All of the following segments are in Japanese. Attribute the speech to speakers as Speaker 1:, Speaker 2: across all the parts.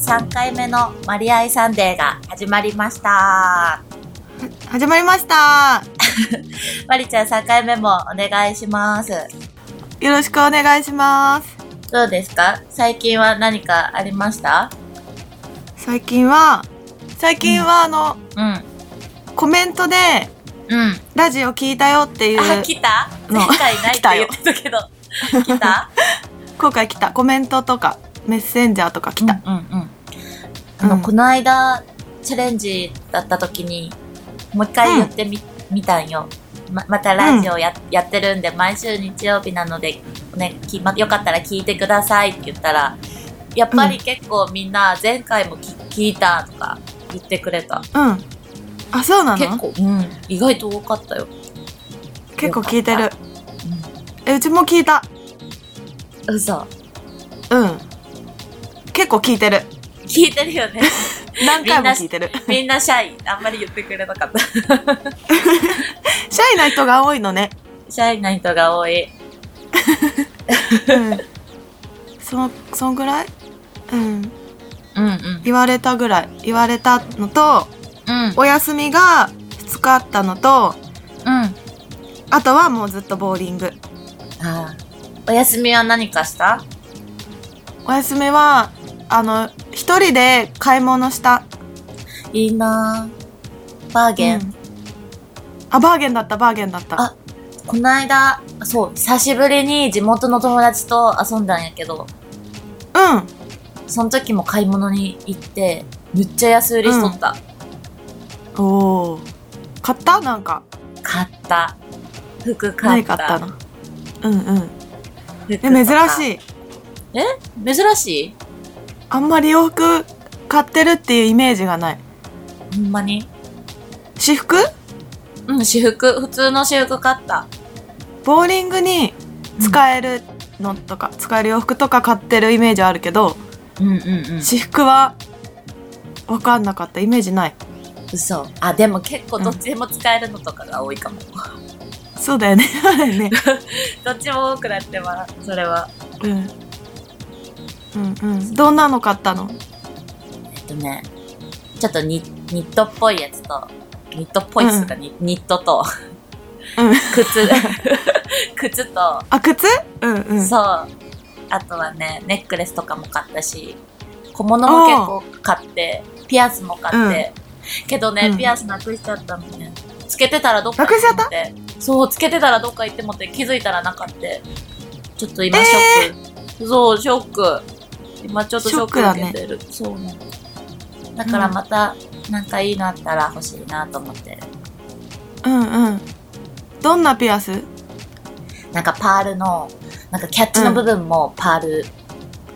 Speaker 1: 3回目のマリアイサンデーが始まりました。
Speaker 2: 始まりました
Speaker 1: マリちゃん3回目もお願いします。
Speaker 2: よろしくお願いします
Speaker 1: どうですか最近は何かありました
Speaker 2: 最近は最近はあの、
Speaker 1: うん。
Speaker 2: コメントで
Speaker 1: うん。
Speaker 2: ラジオ聞いたよっていう
Speaker 1: あ、来た
Speaker 2: の
Speaker 1: 前回ないっ
Speaker 2: 来た
Speaker 1: て
Speaker 2: よ
Speaker 1: 言ってたけど。来た
Speaker 2: 今回来たコメントとかメッセンジャーとか来た、。
Speaker 1: うんうんうん。あの、
Speaker 2: うん
Speaker 1: この間、チャレンジだった時に、もう一回やってみ、見たんよ。ま、またラジオや,、やってるんで、毎週日曜日なので、ね、きま、よかったら聞いてくださいって言ったら、やっぱり結構みんな、前回も聞聞いたとか言ってくれた。
Speaker 2: うん、あそうなの
Speaker 1: 結
Speaker 2: 結構
Speaker 1: 構、うん、意外と多かったよ。
Speaker 2: 聞いて
Speaker 1: よ
Speaker 2: る
Speaker 1: か
Speaker 2: えうちも聞いた
Speaker 1: うん。嘘。
Speaker 2: うん結構聞いてる
Speaker 1: 聞いてるよ ね。
Speaker 2: 何回も聞いてる
Speaker 1: みんなシャイ。あんまり言ってくれなかった。
Speaker 2: シャイな人が多い のね、
Speaker 1: シャイな人が多い。
Speaker 2: うん、そそんぐらいうん
Speaker 1: うんうん。
Speaker 2: 言われたぐらい言われたのと
Speaker 1: うん。
Speaker 2: お休みが2日あったのと
Speaker 1: うん。
Speaker 2: あとはもうずっとボーリング
Speaker 1: ああお休みは何かした
Speaker 2: お休みはあの一人で買い物した
Speaker 1: いいなぁバーゲン、
Speaker 2: うんあバーゲンだったバーゲンだった
Speaker 1: あこの間そう久しぶりに地元の友達と遊んだんやけど
Speaker 2: うん
Speaker 1: その時も買い物に行ってめっちゃ安売りしとった、
Speaker 2: おお買ったなんか
Speaker 1: 買った服買
Speaker 2: 何
Speaker 1: った
Speaker 2: 買ったのうんうん
Speaker 1: え
Speaker 2: え珍しい
Speaker 1: い珍しい
Speaker 2: あんまり洋服買ってるっていうイメージがない
Speaker 1: ほんまに
Speaker 2: 私服
Speaker 1: うん私服普通の私服買った
Speaker 2: ボーリングに使えるのとか、使える洋服とか買ってるイメージあるけど
Speaker 1: うんうんうん
Speaker 2: 私服は分かんなかったイメージない
Speaker 1: 嘘あでも結構どっちでも使えるのとかが多いかも、
Speaker 2: そうだよね そうだよね
Speaker 1: どっちも多くなってますそれは
Speaker 2: うん、うんうんどんなの買ったの
Speaker 1: えっとね、ちょっとニニットっぽいやつと、ニットっぽいやつとか、ニニットと、
Speaker 2: うん
Speaker 1: 靴、 靴と、
Speaker 2: あ靴うんうん
Speaker 1: そう、あとはね、ネックレスとかも買ったし、小物も結構買って、ピアスも買って、けどね
Speaker 2: う、ん
Speaker 1: ピアスなくしちゃったのね。つけてたらどっか
Speaker 2: なくしちゃった
Speaker 1: 行ってもってそう、つけてたらどっか行ってもって気づいたらなかって。ちょっと今ショック。そう、ショック。今ちょっとショック受けてる。そうね。だからまた、なんかいいのあったら欲しいなと思って。
Speaker 2: うんうんどんなピアス
Speaker 1: なんかパールの、なんかキャッチの部分もパール、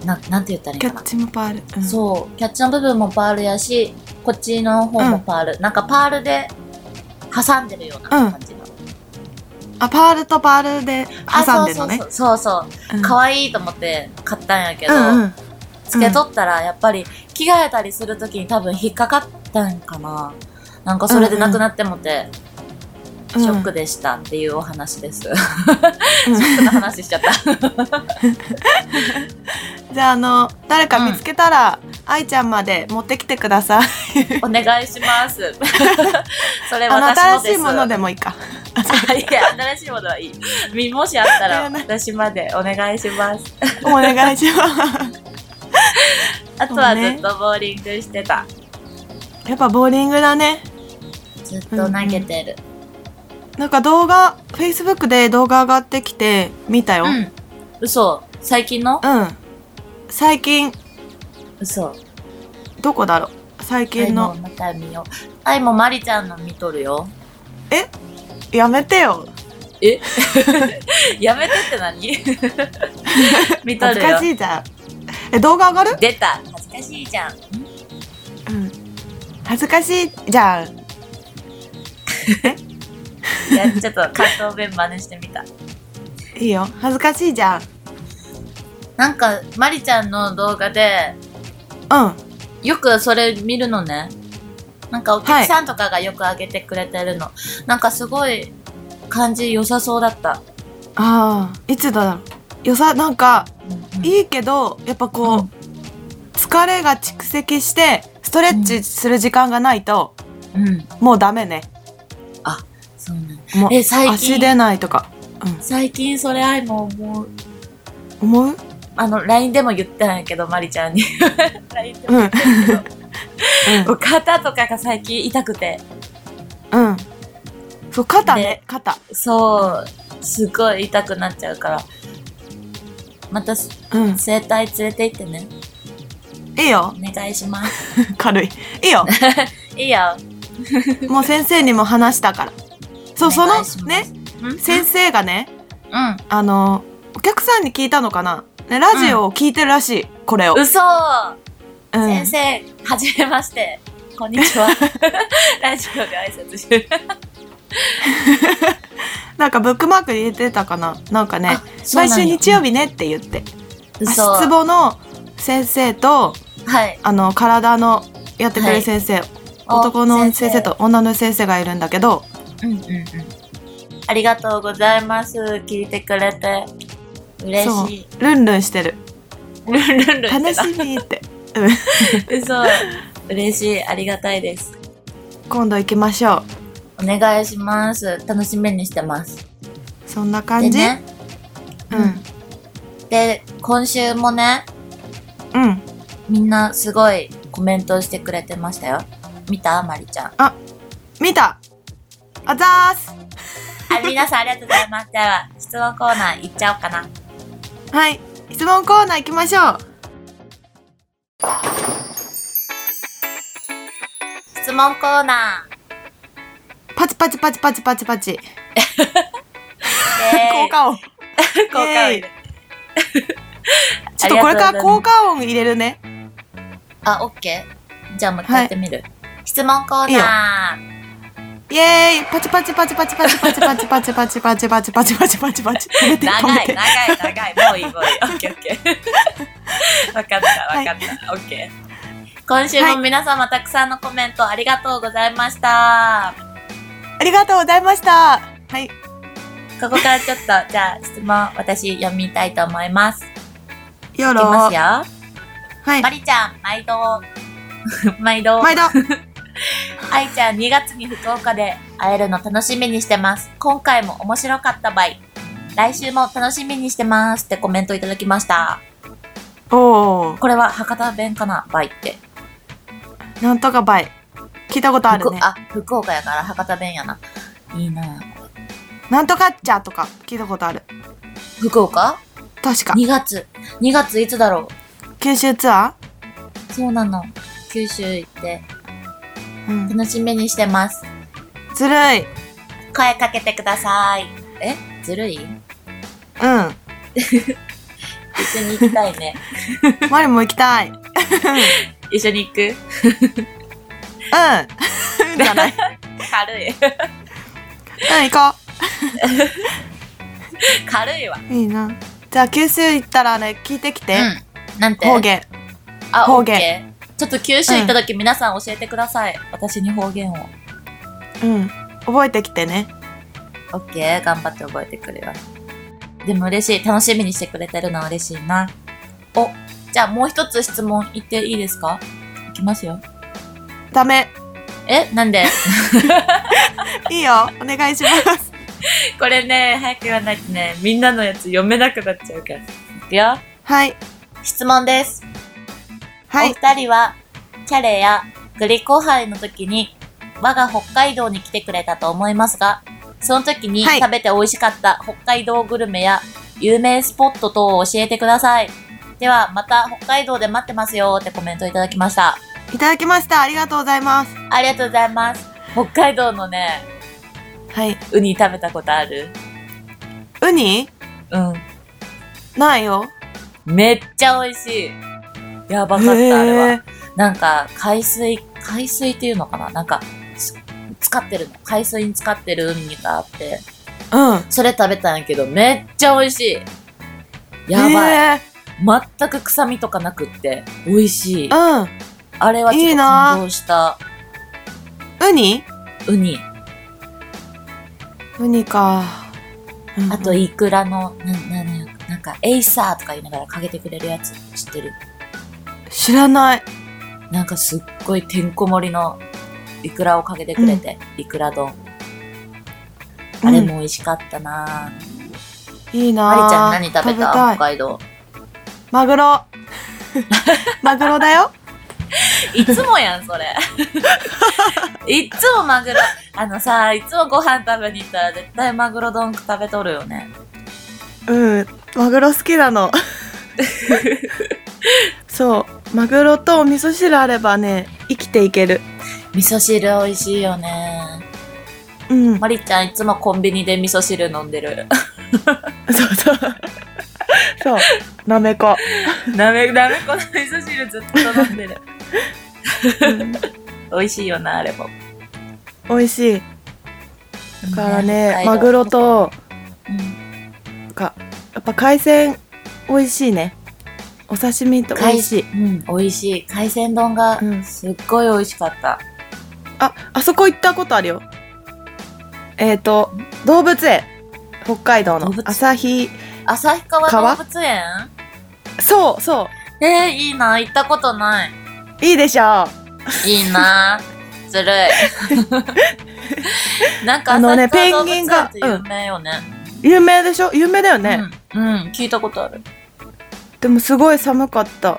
Speaker 1: なん、なんて言ったらいい
Speaker 2: キ
Speaker 1: の
Speaker 2: ャ
Speaker 1: かな
Speaker 2: ッ。チもパール、うん、
Speaker 1: そう、キャッチの部分もパールやし、こっちの方もパール。なんかパールで挟んでるような感じの。
Speaker 2: あパールとパールで
Speaker 1: あ
Speaker 2: 挟んでるのね
Speaker 1: そうそうそう。そうそう可
Speaker 2: わ
Speaker 1: 愛いと思って買ったんやけ
Speaker 2: う
Speaker 1: ど、
Speaker 2: んうん
Speaker 1: つけとったらやっぱり着替えたりするときに多分引っかかったんかな。なんかそれでなくなってもて、
Speaker 2: うん
Speaker 1: ショックでしたっていうお話です。
Speaker 2: うん
Speaker 1: ショックの話しちゃった。
Speaker 2: じゃああの誰か見つけたら、愛ちゃんまで持ってきてください
Speaker 1: お願いします。 それ
Speaker 2: あの
Speaker 1: 私のです。
Speaker 2: 新しいものでもいいか
Speaker 1: あ いや、新しいものはいい。みもしあったら
Speaker 2: いらない
Speaker 1: 私までお願いします。
Speaker 2: お願いし ま
Speaker 1: あとは
Speaker 2: そ
Speaker 1: ず
Speaker 2: うね
Speaker 1: っとボーリングしてた。
Speaker 2: すやっぱボーリングだね
Speaker 1: ずっと投げてる。
Speaker 2: なんか動画 Facebook で動画上がってきて見たよ
Speaker 1: うん。嘘。最近の
Speaker 2: うん、最近
Speaker 1: 嘘。
Speaker 2: どこだろう最近の
Speaker 1: 愛もまた見よう。愛もまりちゃんの見とるよ。
Speaker 2: やめてよ
Speaker 1: やめてって 何見と
Speaker 2: 恥
Speaker 1: る
Speaker 2: ず
Speaker 1: よ
Speaker 2: かし。いじゃんえ動画上がる、
Speaker 1: 出た。恥ずかしいじゃん。ん
Speaker 2: うん、恥ずかしいじゃん
Speaker 1: いや、ちょっと関東弁真似してみた。
Speaker 2: いいよ恥ずかしいじゃん
Speaker 1: なんか、まりちゃんの動画で、
Speaker 2: うん
Speaker 1: よくそれ見るのね。なんかお客さんとかがよく上げてくれてるの。なんかすごい感じ良さそうだった。
Speaker 2: あーいつだろうよさなんか
Speaker 1: うんうん
Speaker 2: いいけどやっぱこう、
Speaker 1: うん
Speaker 2: 疲疲れが蓄積してストレッチする時間がないと、
Speaker 1: うん。
Speaker 2: もうダメね
Speaker 1: そうなん
Speaker 2: もう
Speaker 1: え最近
Speaker 2: 足出ないとか
Speaker 1: 最近それ愛も思う。
Speaker 2: 思う
Speaker 1: あの、LINE でも言ったんやけど、マリちゃんに。LINE で
Speaker 2: う
Speaker 1: も
Speaker 2: んうん
Speaker 1: こう肩とかが最近痛くて。
Speaker 2: うんそう肩ね
Speaker 1: で
Speaker 2: 肩
Speaker 1: そう。すごい痛くなっちゃうから。また、
Speaker 2: う ん
Speaker 1: 整体連れて行ってね。
Speaker 2: いいよ
Speaker 1: お願いします。
Speaker 2: 軽いいいよ
Speaker 1: いいよ。
Speaker 2: もう先生にも話したからそうそ
Speaker 1: お願
Speaker 2: の
Speaker 1: いします
Speaker 2: ね
Speaker 1: うん
Speaker 2: 先生がね
Speaker 1: うん。
Speaker 2: あのお客さんに聞いたのかな、ね、ラジオを聞いてるらしい、これを、
Speaker 1: 嘘
Speaker 2: うん
Speaker 1: 先生、はじめまして。こんにち は。ラジオで挨拶してる。
Speaker 2: なんかブックマークに入れてたかななんかね
Speaker 1: あ
Speaker 2: 毎週日曜
Speaker 1: 日。
Speaker 2: 日ねって言って
Speaker 1: 嘘。
Speaker 2: 足つぼの先生と
Speaker 1: はい。
Speaker 2: あの体のやってくれ
Speaker 1: は
Speaker 2: る
Speaker 1: い
Speaker 2: 先生、 男の先生と女の先生がいるんだけど
Speaker 1: うんうんうん。ありがとうございます。聞いてくれて。嬉
Speaker 2: そ
Speaker 1: しい。
Speaker 2: うルンルンしてる
Speaker 1: ルンルンルンって
Speaker 2: 楽
Speaker 1: な
Speaker 2: しみって
Speaker 1: 嘘。嬉しい。ありがたいです。
Speaker 2: 今度行きましょう
Speaker 1: お願いします。楽しみにしてます。
Speaker 2: そんな
Speaker 1: で
Speaker 2: 感じ、
Speaker 1: ね。で、今週もね、
Speaker 2: うんうん
Speaker 1: みんなすごいコメントしてくれてましたよ。見たまりちゃん。
Speaker 2: 見たあざーす
Speaker 1: あ、皆さんありがとうございます。では、質問コーナー行っちゃおうかな。
Speaker 2: はい質問コーナー行きましょう
Speaker 1: 質問コーナ
Speaker 2: パチパチパチパチパチパチ
Speaker 1: ー。イエーイ
Speaker 2: 効果音
Speaker 1: 効果音 入れ
Speaker 2: ちょっとこれか
Speaker 1: ありがとうございま
Speaker 2: ら
Speaker 1: す
Speaker 2: 効果音入れるね
Speaker 1: あ、オッケーじゃあもう一回やってみる。質問コーナー。
Speaker 2: イエーイパチパチパチパチパチパチパチパチパチパチパチパチパチパチパチ止めて止
Speaker 1: 長い、
Speaker 2: め
Speaker 1: 長
Speaker 2: て
Speaker 1: い、長い。もういい、もういい。オッケーオッケー。 わかった、わかった。オッケー。今週も皆様たくさんのコメントありがとうございました。
Speaker 2: ありがとうございましたはい
Speaker 1: ここからちょっと、じゃあ質問私読みたいと思います。い
Speaker 2: よ
Speaker 1: き
Speaker 2: ろ
Speaker 1: ますよ。
Speaker 2: はい
Speaker 1: まりちゃん、毎度。毎度。
Speaker 2: 毎度
Speaker 1: 愛ちゃん2月に福岡で会えるの楽しみにしてます。今回も面白かったばい。来週も楽しみにしてますってコメントいただきました。
Speaker 2: おー
Speaker 1: これは博多弁かなばいって。
Speaker 2: なんとかバイ聞いたことある
Speaker 1: 福
Speaker 2: ね
Speaker 1: あ、福岡やから博多弁やな。いいな
Speaker 2: なんとかっちゃとか聞いたことある
Speaker 1: 福岡
Speaker 2: 確か
Speaker 1: ?2 月。2月いつだろ
Speaker 2: 九州ツア
Speaker 1: うそうなの。九州行って
Speaker 2: ーうん
Speaker 1: 楽しみにしてます。
Speaker 2: ずるい
Speaker 1: 声かけてください。えずるい
Speaker 2: うん
Speaker 1: 一緒に行きたいね。
Speaker 2: マリも行きたいうん
Speaker 1: 一緒に行く
Speaker 2: うんじゃない
Speaker 1: 軽い。
Speaker 2: うん行こ
Speaker 1: 軽いわ。
Speaker 2: ういいなじゃあ九州行ったらね聞いてきて、
Speaker 1: うん。なんて
Speaker 2: 方言
Speaker 1: あ、
Speaker 2: 方
Speaker 1: 方
Speaker 2: 言
Speaker 1: 言。ちょっと九州行った時、皆さん教えてください。私に方言を。
Speaker 2: うん覚えてきてね
Speaker 1: オッケー、頑張って覚えてくるよ。でも嬉しい。楽しみにしてくれてるのは嬉しいな。お、じゃあもう一つ質問言っていいですかいきますよ。
Speaker 2: ダメ
Speaker 1: え、なんで
Speaker 2: いいよお願いします
Speaker 1: これね、早く言わないとね、みんなのやつ読めなくなっちゃうから。いくよ。
Speaker 2: はい
Speaker 1: 質問です。
Speaker 2: はい
Speaker 1: お二人は、キャレやグリコ杯の時に、我が北海道に来てくれたと思いますが、その時に
Speaker 2: はい
Speaker 1: 食べて美味しかった北海道グルメや有名スポット等を教えてください。では、また北海道で待ってますよってコメントいただきました。
Speaker 2: いただきましたありがとうございます
Speaker 1: ありがとうございます。北海道のね、
Speaker 2: はい
Speaker 1: ウニ食べたことある
Speaker 2: ウニ
Speaker 1: うん。
Speaker 2: ないよ
Speaker 1: めっちゃ美味しい。やばかった、あれは。
Speaker 2: へー
Speaker 1: なんか、海水、海水っていうのかななんか、す使ってるの。海水に使ってるウニがあって、
Speaker 2: うん
Speaker 1: それ食べたんやけど、めっちゃ美味しい。やばい。
Speaker 2: へ
Speaker 1: 全く臭みとかなくって、美味しい。
Speaker 2: ー
Speaker 1: あれはちょ
Speaker 2: い
Speaker 1: っ
Speaker 2: い
Speaker 1: と
Speaker 2: な
Speaker 1: 感動した
Speaker 2: うんウニ
Speaker 1: ウニ。
Speaker 2: ウニか、うん
Speaker 1: あと、イクラの、な、な、ななんか、エイサーとか言いながらかけてくれるやつ知ってる。
Speaker 2: 知らない。
Speaker 1: なんかすっごいてんこ盛りのイクラをかけてくれて、イクラ丼。あれも美味しかったなぁ。
Speaker 2: うん、いいな
Speaker 1: マ
Speaker 2: ぁ
Speaker 1: リちゃん何食べた
Speaker 2: た
Speaker 1: 北
Speaker 2: い
Speaker 1: 海道。
Speaker 2: マグロ。マグロだよ。
Speaker 1: いつもやん、それ。 いっつもマグロ。あのさ、いつもご飯食べに行ったら絶対マグロ丼食べとるよね。
Speaker 2: うん。マグロ好きな の。そう。マグロとお味噌汁あればね、生きていける。
Speaker 1: 味噌汁美味しいよね。
Speaker 2: うん。
Speaker 1: マリちゃんいつもコンビニで味噌汁飲んで る。
Speaker 2: そうそう。そう。なめこ。
Speaker 1: なめ、なめこの味噌汁ずっと飲んでる。
Speaker 2: うん
Speaker 1: 美味しいよな、あれも。
Speaker 2: 美味しい。だからね、
Speaker 1: 北海道
Speaker 2: マグロ。と、
Speaker 1: うん
Speaker 2: か、やっぱ海鮮、美味しいね。お刺身と美味しい。
Speaker 1: うん、美味しい。海鮮丼が
Speaker 2: うん
Speaker 1: すっごい美味しかった。
Speaker 2: あ、あそこ行ったことあるよ。えっ、ー、と、動物園。北海道
Speaker 1: 動
Speaker 2: の
Speaker 1: 物園
Speaker 2: 朝日。
Speaker 1: 旭川
Speaker 2: 川
Speaker 1: 動物園
Speaker 2: そうそ
Speaker 1: えー、いいな。行ったことない。
Speaker 2: う。いいでしょう。
Speaker 1: いいな。ず るい。なんか
Speaker 2: あのね
Speaker 1: 旭川動物
Speaker 2: ペンギ
Speaker 1: 園
Speaker 2: ンが
Speaker 1: って有名よね。
Speaker 2: 有名でしょ有名だよね、
Speaker 1: うん、うん、聞いたことある。
Speaker 2: でもすごい寒かった。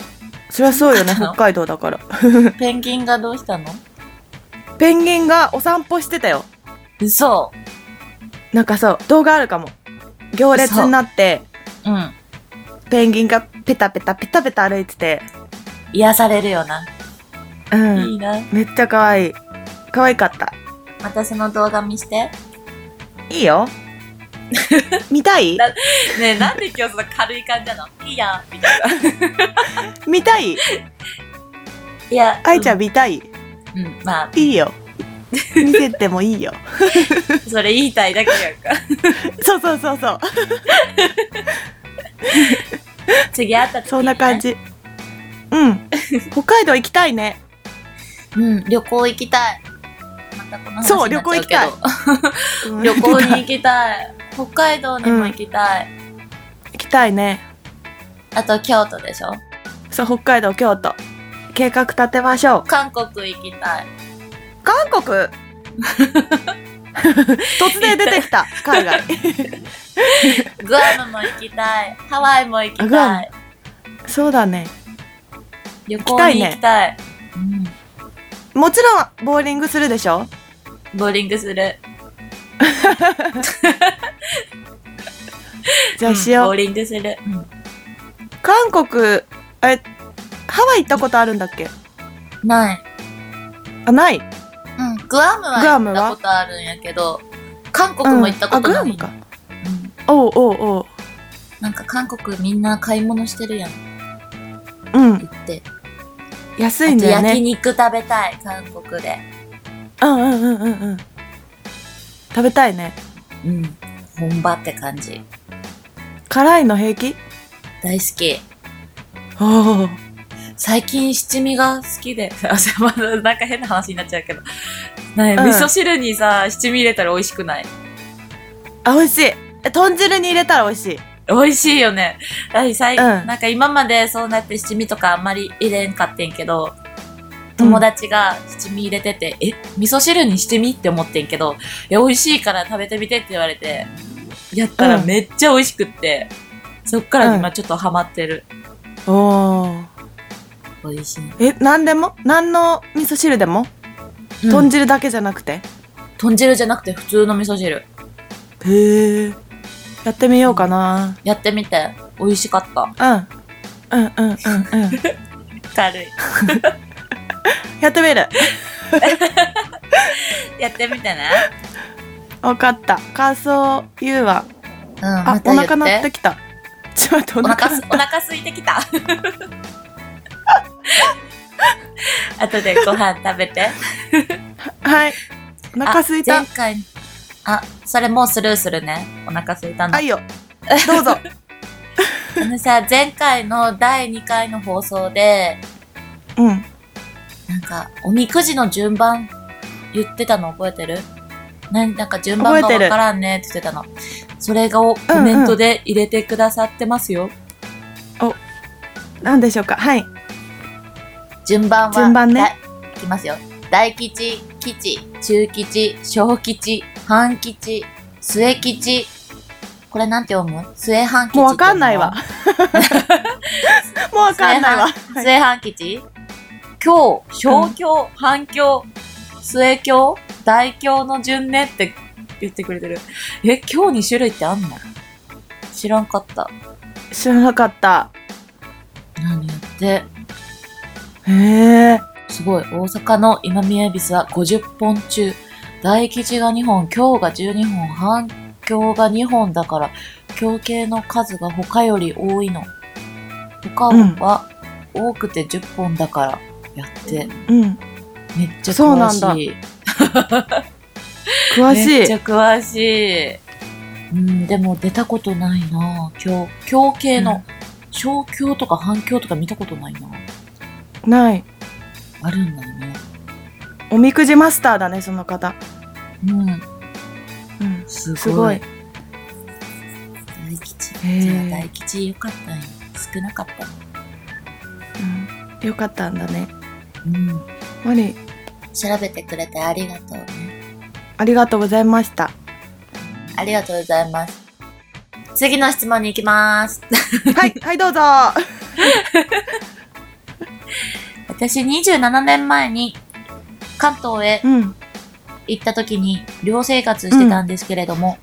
Speaker 2: そりゃそうよね、
Speaker 1: 寒かった
Speaker 2: 北
Speaker 1: の
Speaker 2: 海道だから。
Speaker 1: ペンギンがどうしたの
Speaker 2: ペンギンがお散歩してたよ。
Speaker 1: 嘘。
Speaker 2: なんかそう、動画あるかも。行列になって、
Speaker 1: うん。
Speaker 2: ペンギンがペタペタペタペタ歩いてて。
Speaker 1: 癒されるよな。
Speaker 2: うん。
Speaker 1: いいな。
Speaker 2: めっちゃ可愛い。可愛かった。
Speaker 1: 私の動画見して。
Speaker 2: い いよ。見たい
Speaker 1: だねえ、なんで今日その軽い感じなのいいやん、みたいな。
Speaker 2: 見たい
Speaker 1: い や、
Speaker 2: 愛ちゃん見たい
Speaker 1: うん、うん、まあ、
Speaker 2: いいよ。見せても いいよ。
Speaker 1: それ言いたいだけ やんか。
Speaker 2: そうそうそうそう。
Speaker 1: 次会った時にね
Speaker 2: そんな感。じ。うん。北海道行きたいね。
Speaker 1: うん、旅行行きたい。またこの話
Speaker 2: そう
Speaker 1: になっちゃけど
Speaker 2: 旅行うん
Speaker 1: 旅行に行きたい。北海道にも行きたい。
Speaker 2: 行きたいね。
Speaker 1: あと京都でしょ
Speaker 2: そう、北海道、京都。計画立てましょう。
Speaker 1: 韓国行きたい。
Speaker 2: 韓 国突然出て きた、海外。
Speaker 1: グアムも行きたい。ハワイも行き
Speaker 2: グア
Speaker 1: た
Speaker 2: ム
Speaker 1: い。
Speaker 2: そうだね。
Speaker 1: 旅行に行きたい。
Speaker 2: もちろん、ボーリングするでしょ
Speaker 1: うん、ボーリングする。
Speaker 2: じゃあしよう。
Speaker 1: ボーリングする。うん
Speaker 2: 韓国、え、ハワイ行ったことあるんだっけ
Speaker 1: ない。
Speaker 2: あ、ない。
Speaker 1: うん、グアム
Speaker 2: グ
Speaker 1: は
Speaker 2: ア
Speaker 1: 行
Speaker 2: ム
Speaker 1: っ
Speaker 2: は
Speaker 1: たことあるんやけど、韓国も行ったことない、
Speaker 2: う
Speaker 1: うんん、
Speaker 2: あ、グアムか。おうおうおう。
Speaker 1: なんか韓国みんな買い物してるやん、
Speaker 2: うん。
Speaker 1: 行って。
Speaker 2: 安い
Speaker 1: あ
Speaker 2: ん
Speaker 1: と
Speaker 2: だよ
Speaker 1: 焼
Speaker 2: ね。
Speaker 1: 肉食べたい、韓国で。
Speaker 2: うんうんうんうんうん。食べたいね。
Speaker 1: うん、本場って感じ。
Speaker 2: 辛いの平気
Speaker 1: 大好き。
Speaker 2: おお。
Speaker 1: 最近七味が好きで、 あ、そうまだなんか変な話になっちゃうけど。ねえ
Speaker 2: うん
Speaker 1: 味噌汁にさ、七味入れたら美味しくない
Speaker 2: あ、美味しい。え、豚汁に入れたら美味しい。
Speaker 1: 美味しいよね。だ最
Speaker 2: うん
Speaker 1: なんか今までそうなって七味とかあんまり入れんかってんけど、友達が七味入れてて、え、味噌汁にしてみって思ってんけど、いや、美味しいから食べてみてって言われて、やったら
Speaker 2: うん
Speaker 1: めっちゃ美味しくって、そっから
Speaker 2: うん
Speaker 1: 今ちょっとハマってる。
Speaker 2: おお。
Speaker 1: 美味しい。
Speaker 2: え、何でも何の味噌汁でも、豚
Speaker 1: 豚
Speaker 2: 汁だけじゃなくて
Speaker 1: 豚汁じゃなくて普通の味噌汁。
Speaker 2: へえ。やってみようかな。
Speaker 1: やってみて、美味しかった。
Speaker 2: うん。うん うんうんうん。
Speaker 1: 軽い。
Speaker 2: やってみる。
Speaker 1: やってみてね。
Speaker 2: わかった。感想言うわ。
Speaker 1: うん、
Speaker 2: あ、
Speaker 1: ま
Speaker 2: お
Speaker 1: た言って
Speaker 2: 腹鳴ってきた。ちょっと待って、お
Speaker 1: お腹
Speaker 2: 腹
Speaker 1: す、お腹空いてきた。 後でご飯食べて。
Speaker 2: はい。お腹すい
Speaker 1: あ
Speaker 2: た
Speaker 1: 前。回、あ、それもうスルーするね。お腹すいたの。
Speaker 2: はいよ。ど うぞ。
Speaker 1: あのさ、前回の第2回の放送で、
Speaker 2: うん。
Speaker 1: なんか、おみくじの順番言ってたの覚えてるなんなんか順番が
Speaker 2: 覚え
Speaker 1: わ
Speaker 2: てる
Speaker 1: からんねって言ってたの。それがおコメントで入れてくださってますよ。
Speaker 2: 何でしょうか。はい。
Speaker 1: 順番は
Speaker 2: 順番ね
Speaker 1: だいきますよ大吉吉中吉小吉半吉末吉これなんて読む末半吉
Speaker 2: もうわかんないわ。もうわかんないわ。はい
Speaker 1: 末半吉今日小京半京末京大京の順ねって言ってくれてるえ今日2種類ってあんの知らんかった
Speaker 2: 知らなかった。
Speaker 1: 何やって
Speaker 2: へえ。
Speaker 1: すごい。大阪の今宮恵比寿は50本中、大吉が2本、京が12本、半京が2本だから、京系の数が他より多いの。他は多くて10本だから、やって、
Speaker 2: うん。
Speaker 1: めっちゃ
Speaker 2: そう
Speaker 1: 詳
Speaker 2: なんだ
Speaker 1: しい。
Speaker 2: 詳
Speaker 1: めっ
Speaker 2: し
Speaker 1: ちゃ
Speaker 2: い。
Speaker 1: 詳しい。うん、でも出たことないな京、京系
Speaker 2: うん
Speaker 1: の、小京とか半京とか見たことないな
Speaker 2: ない。
Speaker 1: あるんだよね。
Speaker 2: おみくじマスターだね、その方。
Speaker 1: うん、
Speaker 2: うん。
Speaker 1: すごい。
Speaker 2: すごい。
Speaker 1: 大吉。
Speaker 2: へ
Speaker 1: じゃあ
Speaker 2: え
Speaker 1: 大吉よかったんよ少なかった
Speaker 2: うんよかったんだね。
Speaker 1: うん
Speaker 2: マリ、
Speaker 1: 調べてくれてありがとうね
Speaker 2: ありがとうございました。
Speaker 1: ありがとうございます次の質問に行きます。
Speaker 2: はい、 はい、どうぞ。
Speaker 1: 私27年前に関東へ
Speaker 2: うん。うん
Speaker 1: 行った時に寮生活してたんですけれども、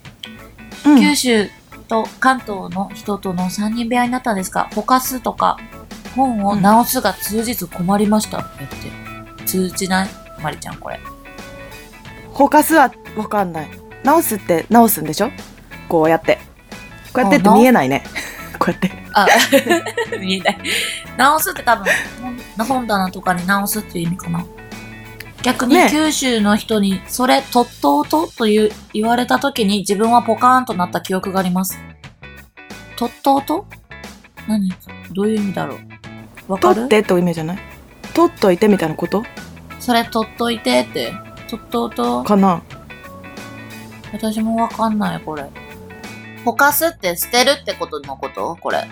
Speaker 1: 九州と関東の人との3人部屋になったんですが、ほかすとか本を直すが通じず困りました。だって通じないまりちゃんこれ。
Speaker 2: フォーカスはわかんない。直すって直すんでしょこうやって。こうやってって
Speaker 1: あ直す
Speaker 2: 見えないね。 こうやって。
Speaker 1: あ、 見えない。直すって多分、本本棚とかに直すっていう意味かな。逆に
Speaker 2: ね
Speaker 1: 九州の人に、それ、とっとうとという言われた時に自分はポカーンとなった記憶があります。とっとうと何どういう意味だろうわか
Speaker 2: 取っ
Speaker 1: る
Speaker 2: てって意味じゃない取っといてみたいなこと
Speaker 1: それ、とっといてって。とっとうと
Speaker 2: かな
Speaker 1: 私もわかんない、これ。ほかすって捨てるってことのことこれ。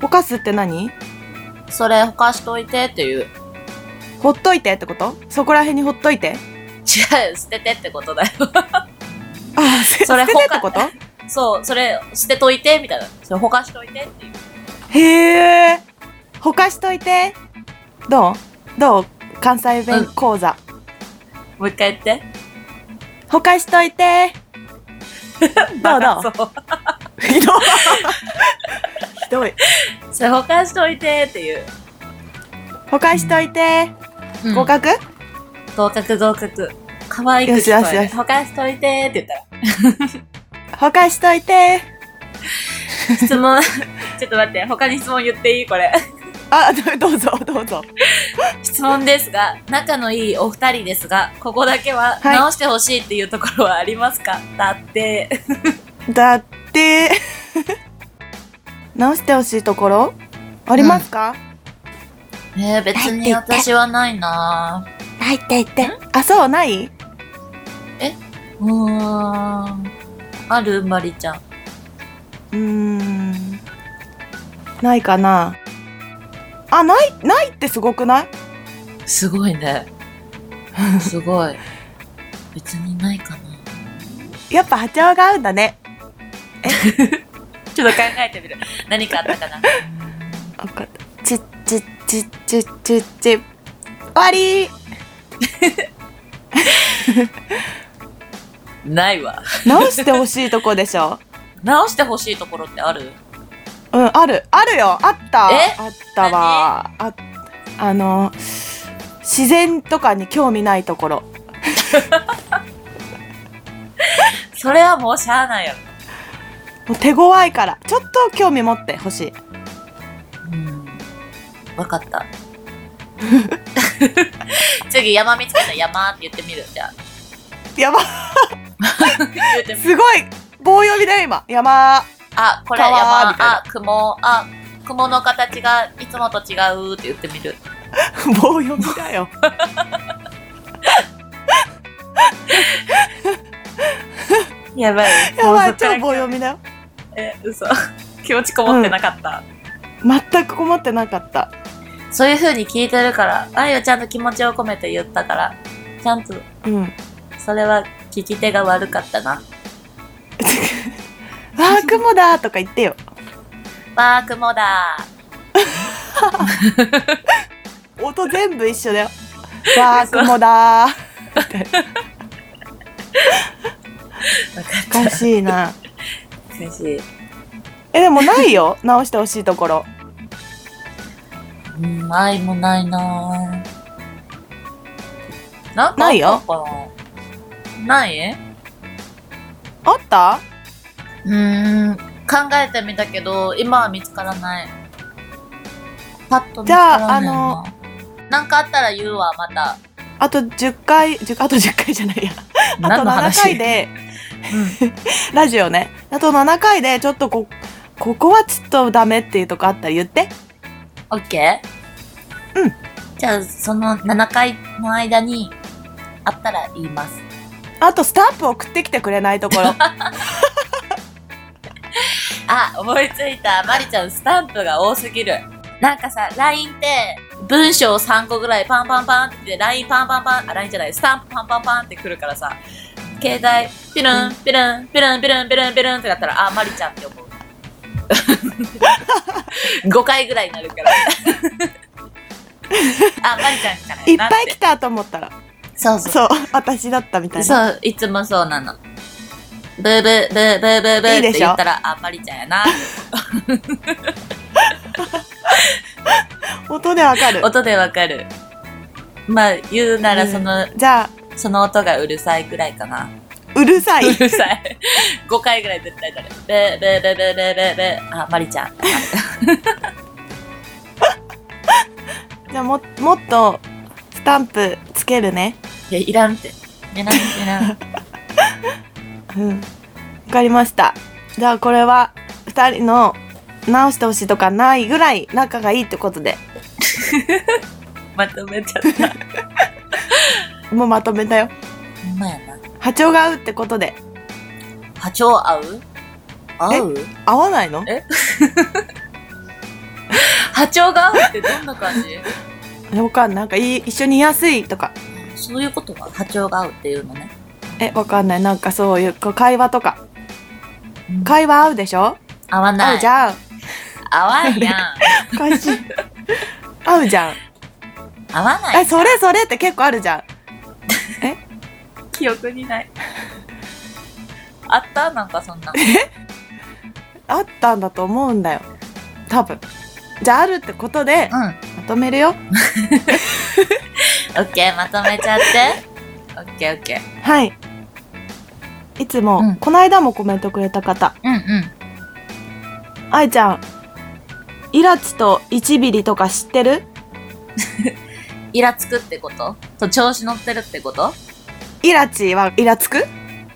Speaker 2: ほかすって何
Speaker 1: それ、ほかしといてっていう。
Speaker 2: ほっといてってことそこら辺にほっといて
Speaker 1: 違う、捨ててってことだよ。
Speaker 2: ああ、
Speaker 1: そ
Speaker 2: そ
Speaker 1: れ
Speaker 2: れ捨ててってこと
Speaker 1: そう、それ捨てといてみたいな。それほかしといてっていう。
Speaker 2: へえ。ほかしといて。どうどう関西弁講座。
Speaker 1: もう一回言って。
Speaker 2: ほかしとい て。どう どう
Speaker 1: そう。
Speaker 2: ひどい。ひどい。
Speaker 1: それほかしといてっていう。
Speaker 2: ほかしといて。
Speaker 1: うん
Speaker 2: 合格
Speaker 1: 合格合格。かわいく
Speaker 2: よしよ
Speaker 1: 聞
Speaker 2: し
Speaker 1: こえ
Speaker 2: よ
Speaker 1: る。
Speaker 2: し
Speaker 1: ほかしといてって言ったら。
Speaker 2: ほかしといて。
Speaker 1: 質問、 ちょっと待って、他に質問言っていいこれ。
Speaker 2: あ、どうぞ、どうぞ。
Speaker 1: 質問ですが、仲のいいお二人ですが、ここだけは
Speaker 2: はい
Speaker 1: 直してほしいっていうところはありますか、だって。
Speaker 2: だって、 直してほしいところありますか、
Speaker 1: えー、別に私はないな
Speaker 2: ないって言って。あ、そう、ない
Speaker 1: ぁ。うーん。あるまりちゃん。
Speaker 2: うーん。ないかなあ、ない、ないってすごくない
Speaker 1: すごい ね。すごい。別にないかな。
Speaker 2: やっぱ波長が合うんだね。
Speaker 1: ちょっと考えてみる。何かあったかな。
Speaker 2: わかった。ちっちっちっちっちっち。終わり
Speaker 1: ないわ。
Speaker 2: 直してほしいとこでしょ
Speaker 1: 直してほしいところってある
Speaker 2: うん、ある。あるよ。あった。
Speaker 1: え
Speaker 2: あったわ。あ、あの、自然とかに興味ないところ。
Speaker 1: それはもうしゃあないよ。
Speaker 2: もう手強いから。ちょっと興味持ってほしい。
Speaker 1: うん。わか った。次、山見つけたら山って言ってみる。 じゃあ。
Speaker 2: やば、
Speaker 1: 言ってみる。
Speaker 2: すごい棒読みだよ、今。山。
Speaker 1: あ、これ
Speaker 2: 川
Speaker 1: 山
Speaker 2: み、たいな
Speaker 1: あ、雲、あ、雲の形がいつもと違うって言ってみる。
Speaker 2: 棒読みだよ。
Speaker 1: やばい。
Speaker 2: やばい、超棒読みだよ。
Speaker 1: え、嘘。気持ちこもってなかった。
Speaker 2: 全く困ってなかった。
Speaker 1: そういう風に聞いてるから、愛をちゃんと気持ちを込めて言ったから、ちゃんと、
Speaker 2: うん。
Speaker 1: それは聞き手が悪かったな。
Speaker 2: わあ、雲だとか言ってよ。
Speaker 1: わー、雲だ
Speaker 2: 音全部一緒 だよ。わあ、雲だ
Speaker 1: ー。
Speaker 2: ー。
Speaker 1: わか
Speaker 2: おかしいな。
Speaker 1: った。難しい。う
Speaker 2: え、でもないよ。直してほしいところ。
Speaker 1: ん、愛もないなぁ。なんか
Speaker 2: ないよ
Speaker 1: あったかなない
Speaker 2: あった
Speaker 1: うーん、考えてみたけど、今は見つからない。パッと見つからないな。
Speaker 2: じゃああ
Speaker 1: なんかあったら言うわ、また。
Speaker 2: あと10回、10あと10回じゃないや。あと
Speaker 1: 何の
Speaker 2: 7
Speaker 1: 話
Speaker 2: 回で、
Speaker 1: うん
Speaker 2: ラジオね。あと7回で、ちょっとこ、ここはちょっとダメっていうとこあったら言って。
Speaker 1: オッケー
Speaker 2: うん。
Speaker 1: じゃあ、その7回の間に、あったら言います。
Speaker 2: あとスタンプ送ってきてくれないとこ ろ。
Speaker 1: あ、思いついた。まりちゃん、スタンプが多すぎる。なんかさ、LINE って、文章3個ぐらいパンパンパンって LINE パンパンパン、あ、LINE じゃない、スタンプパンパンパンってくるからさ、携帯、ピルン、ピルン、ピルン、ピルン、ピルン、ピルンってなったら、あ、まりちゃんって 思う。5回ぐらいになる から。あ、まりちゃんじゃない
Speaker 2: いっ
Speaker 1: な
Speaker 2: ぱ
Speaker 1: て
Speaker 2: い来たと思ったら。
Speaker 1: そうそう。
Speaker 2: そう、私だったみたいな。
Speaker 1: そう、いつもそうなの。ブーブー、ブーブーブーブー
Speaker 2: いい
Speaker 1: って
Speaker 2: でしょ
Speaker 1: 言ったら、あ、まりちゃんやな。
Speaker 2: 音でわかる。
Speaker 1: 音でわかる。まあ、言うならその、
Speaker 2: じゃあ、
Speaker 1: その音がうるさいくらいかな。
Speaker 2: うるさい。
Speaker 1: うるさい。5回ぐらい絶対だね。ブーブーブーブーブーブーブー。あ、まりちゃん。
Speaker 2: じゃあも、もっと、スタンプつけるね。
Speaker 1: いや、いらんって。いらん、いらん。
Speaker 2: うん。わかりました。じゃあ、これは、二人の、直してほしいとかないぐらい仲がいいってことで、
Speaker 1: まとめちゃった。
Speaker 2: もうまとめたよ。
Speaker 1: ほんまやな。
Speaker 2: 波長が合うってことで、
Speaker 1: 波長合う合う
Speaker 2: 合わないの
Speaker 1: え波長が合うってどんな感じ
Speaker 2: わかんない。なんかいい、一緒にいやすいとか。
Speaker 1: そういうことが波長が合うっていうのね。
Speaker 2: え、わかんない。なんかそういう、こう会話とか。
Speaker 1: うん
Speaker 2: 会話合うでしょ
Speaker 1: 合わな
Speaker 2: 合う
Speaker 1: い
Speaker 2: じ。ゃん。
Speaker 1: 合わんやん。
Speaker 2: お かしい。合うじゃん。
Speaker 1: 合わない
Speaker 2: え、。それそれって結構あるじゃん。
Speaker 1: 記憶にない。あったなんかそんな。
Speaker 2: あったんだと思うんだよ多分じゃああるってことで
Speaker 1: うん。
Speaker 2: まとめるよ
Speaker 1: オッケー、まとめちゃって。オッケー、オッケー。
Speaker 2: はいいつも、
Speaker 1: うん
Speaker 2: この間もコメントくれた方
Speaker 1: うんうん。
Speaker 2: あいちゃんイラチと1ビリとか知ってる
Speaker 1: イラつくってことと調子乗ってるってこと
Speaker 2: イラチはイラつく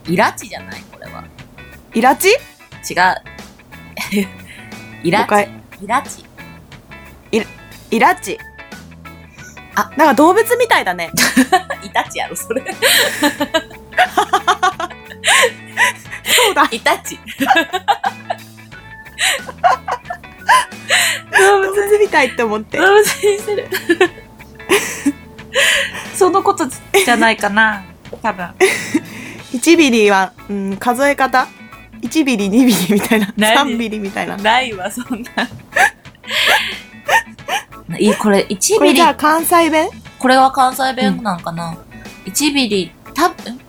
Speaker 1: イラチじゃないこれは。
Speaker 2: イラチ
Speaker 1: 違 う。イラ
Speaker 2: 了解
Speaker 1: チ。イラチ。
Speaker 2: イラチ
Speaker 1: あ
Speaker 2: なんか動物みたいだね
Speaker 1: イタチやろ、それ。
Speaker 2: そうだ
Speaker 1: イタチ。動
Speaker 2: 動物みたいって思っ て
Speaker 1: 動物にしてる。 そのことじゃないかな。多分。
Speaker 2: 1ビリは、うん、数え方1ビリ2ビリみたいな
Speaker 1: 何
Speaker 2: 3ビリみたいな
Speaker 1: ないわ、そんな。 いいこれ、1
Speaker 2: こ
Speaker 1: ミ
Speaker 2: れ
Speaker 1: リ
Speaker 2: じゃあ関西弁
Speaker 1: これは関西弁なんかな、?1 ビリ、たぶん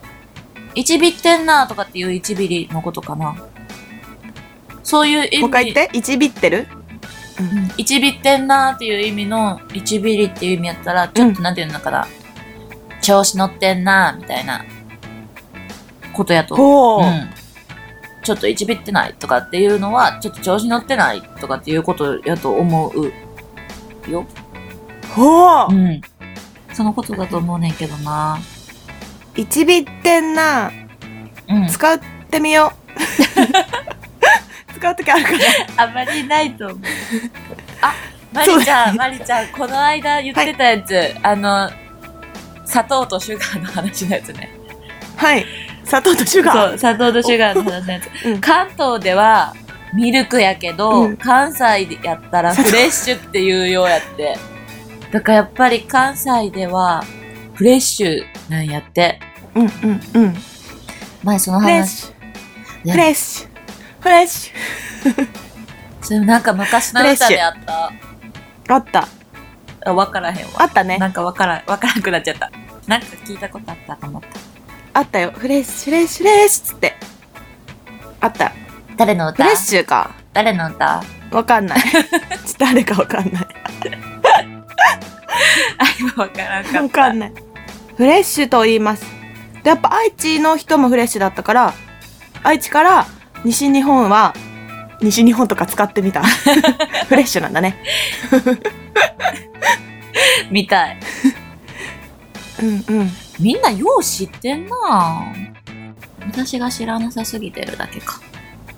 Speaker 1: ?1 ビってんなとかっていう1ビリのことかなそういう意味。
Speaker 2: もう一回言って1ビってる
Speaker 1: うん。1ビってんなっていう意味の1ビリっていう意味やったら、ちょっとなんていうのかな、調子乗ってんなみたいなことやと。
Speaker 2: ほう、
Speaker 1: うん。ちょっと1ビってないとかっていうのは、ちょっと調子乗ってないとかっていうことやと思うよ。
Speaker 2: ほう、
Speaker 1: うん。そのことだと思うねんけどな。
Speaker 2: 一ビってんな
Speaker 1: うん。
Speaker 2: 使ってみよう 使う時あるから
Speaker 1: あまりないと思う。あ、ま
Speaker 2: そう
Speaker 1: りちゃん、まりちゃん、この間言ってたやつ、あの、砂糖とシュガーの話のやつね。
Speaker 2: はい砂糖とシュ
Speaker 1: そ
Speaker 2: ガ
Speaker 1: う、
Speaker 2: ー
Speaker 1: 砂糖とシュガーの話のやつ。
Speaker 2: うん
Speaker 1: 関東では、ミルクやけど、
Speaker 2: うん
Speaker 1: 関西でやったらフレッシュっていうようやって。だからやっぱり関西ではフレッシュなんやって。
Speaker 2: うんうんうん。フ
Speaker 1: 前その
Speaker 2: レッ
Speaker 1: 話、
Speaker 2: シ
Speaker 1: ね
Speaker 2: ュ。フレッシュ。フレッシュ。
Speaker 1: それなんか昔の歌であった。
Speaker 2: あった。
Speaker 1: あ、わからへんわ。
Speaker 2: あったね
Speaker 1: な。んかわからん、わからなくなっちゃった。なんか聞いたことあったと思った。
Speaker 2: あったよ。フレッシュ、フレッシュ、フレッシュっつって。あった。フ
Speaker 1: 誰の歌
Speaker 2: レッシュか。
Speaker 1: 誰の歌
Speaker 2: わかんない。 ちょっと誰かわかんない。
Speaker 1: あ、今わからんかった。
Speaker 2: わかんない。フレッシュと言います。でやっぱ愛知の人もフレッシュだったから、愛知から西日本は、西日本とか使って みた。フレッシュなんだね。
Speaker 1: みたい。
Speaker 2: うんうん。
Speaker 1: みんなよう知ってんな私が知らなさすぎてるだけか。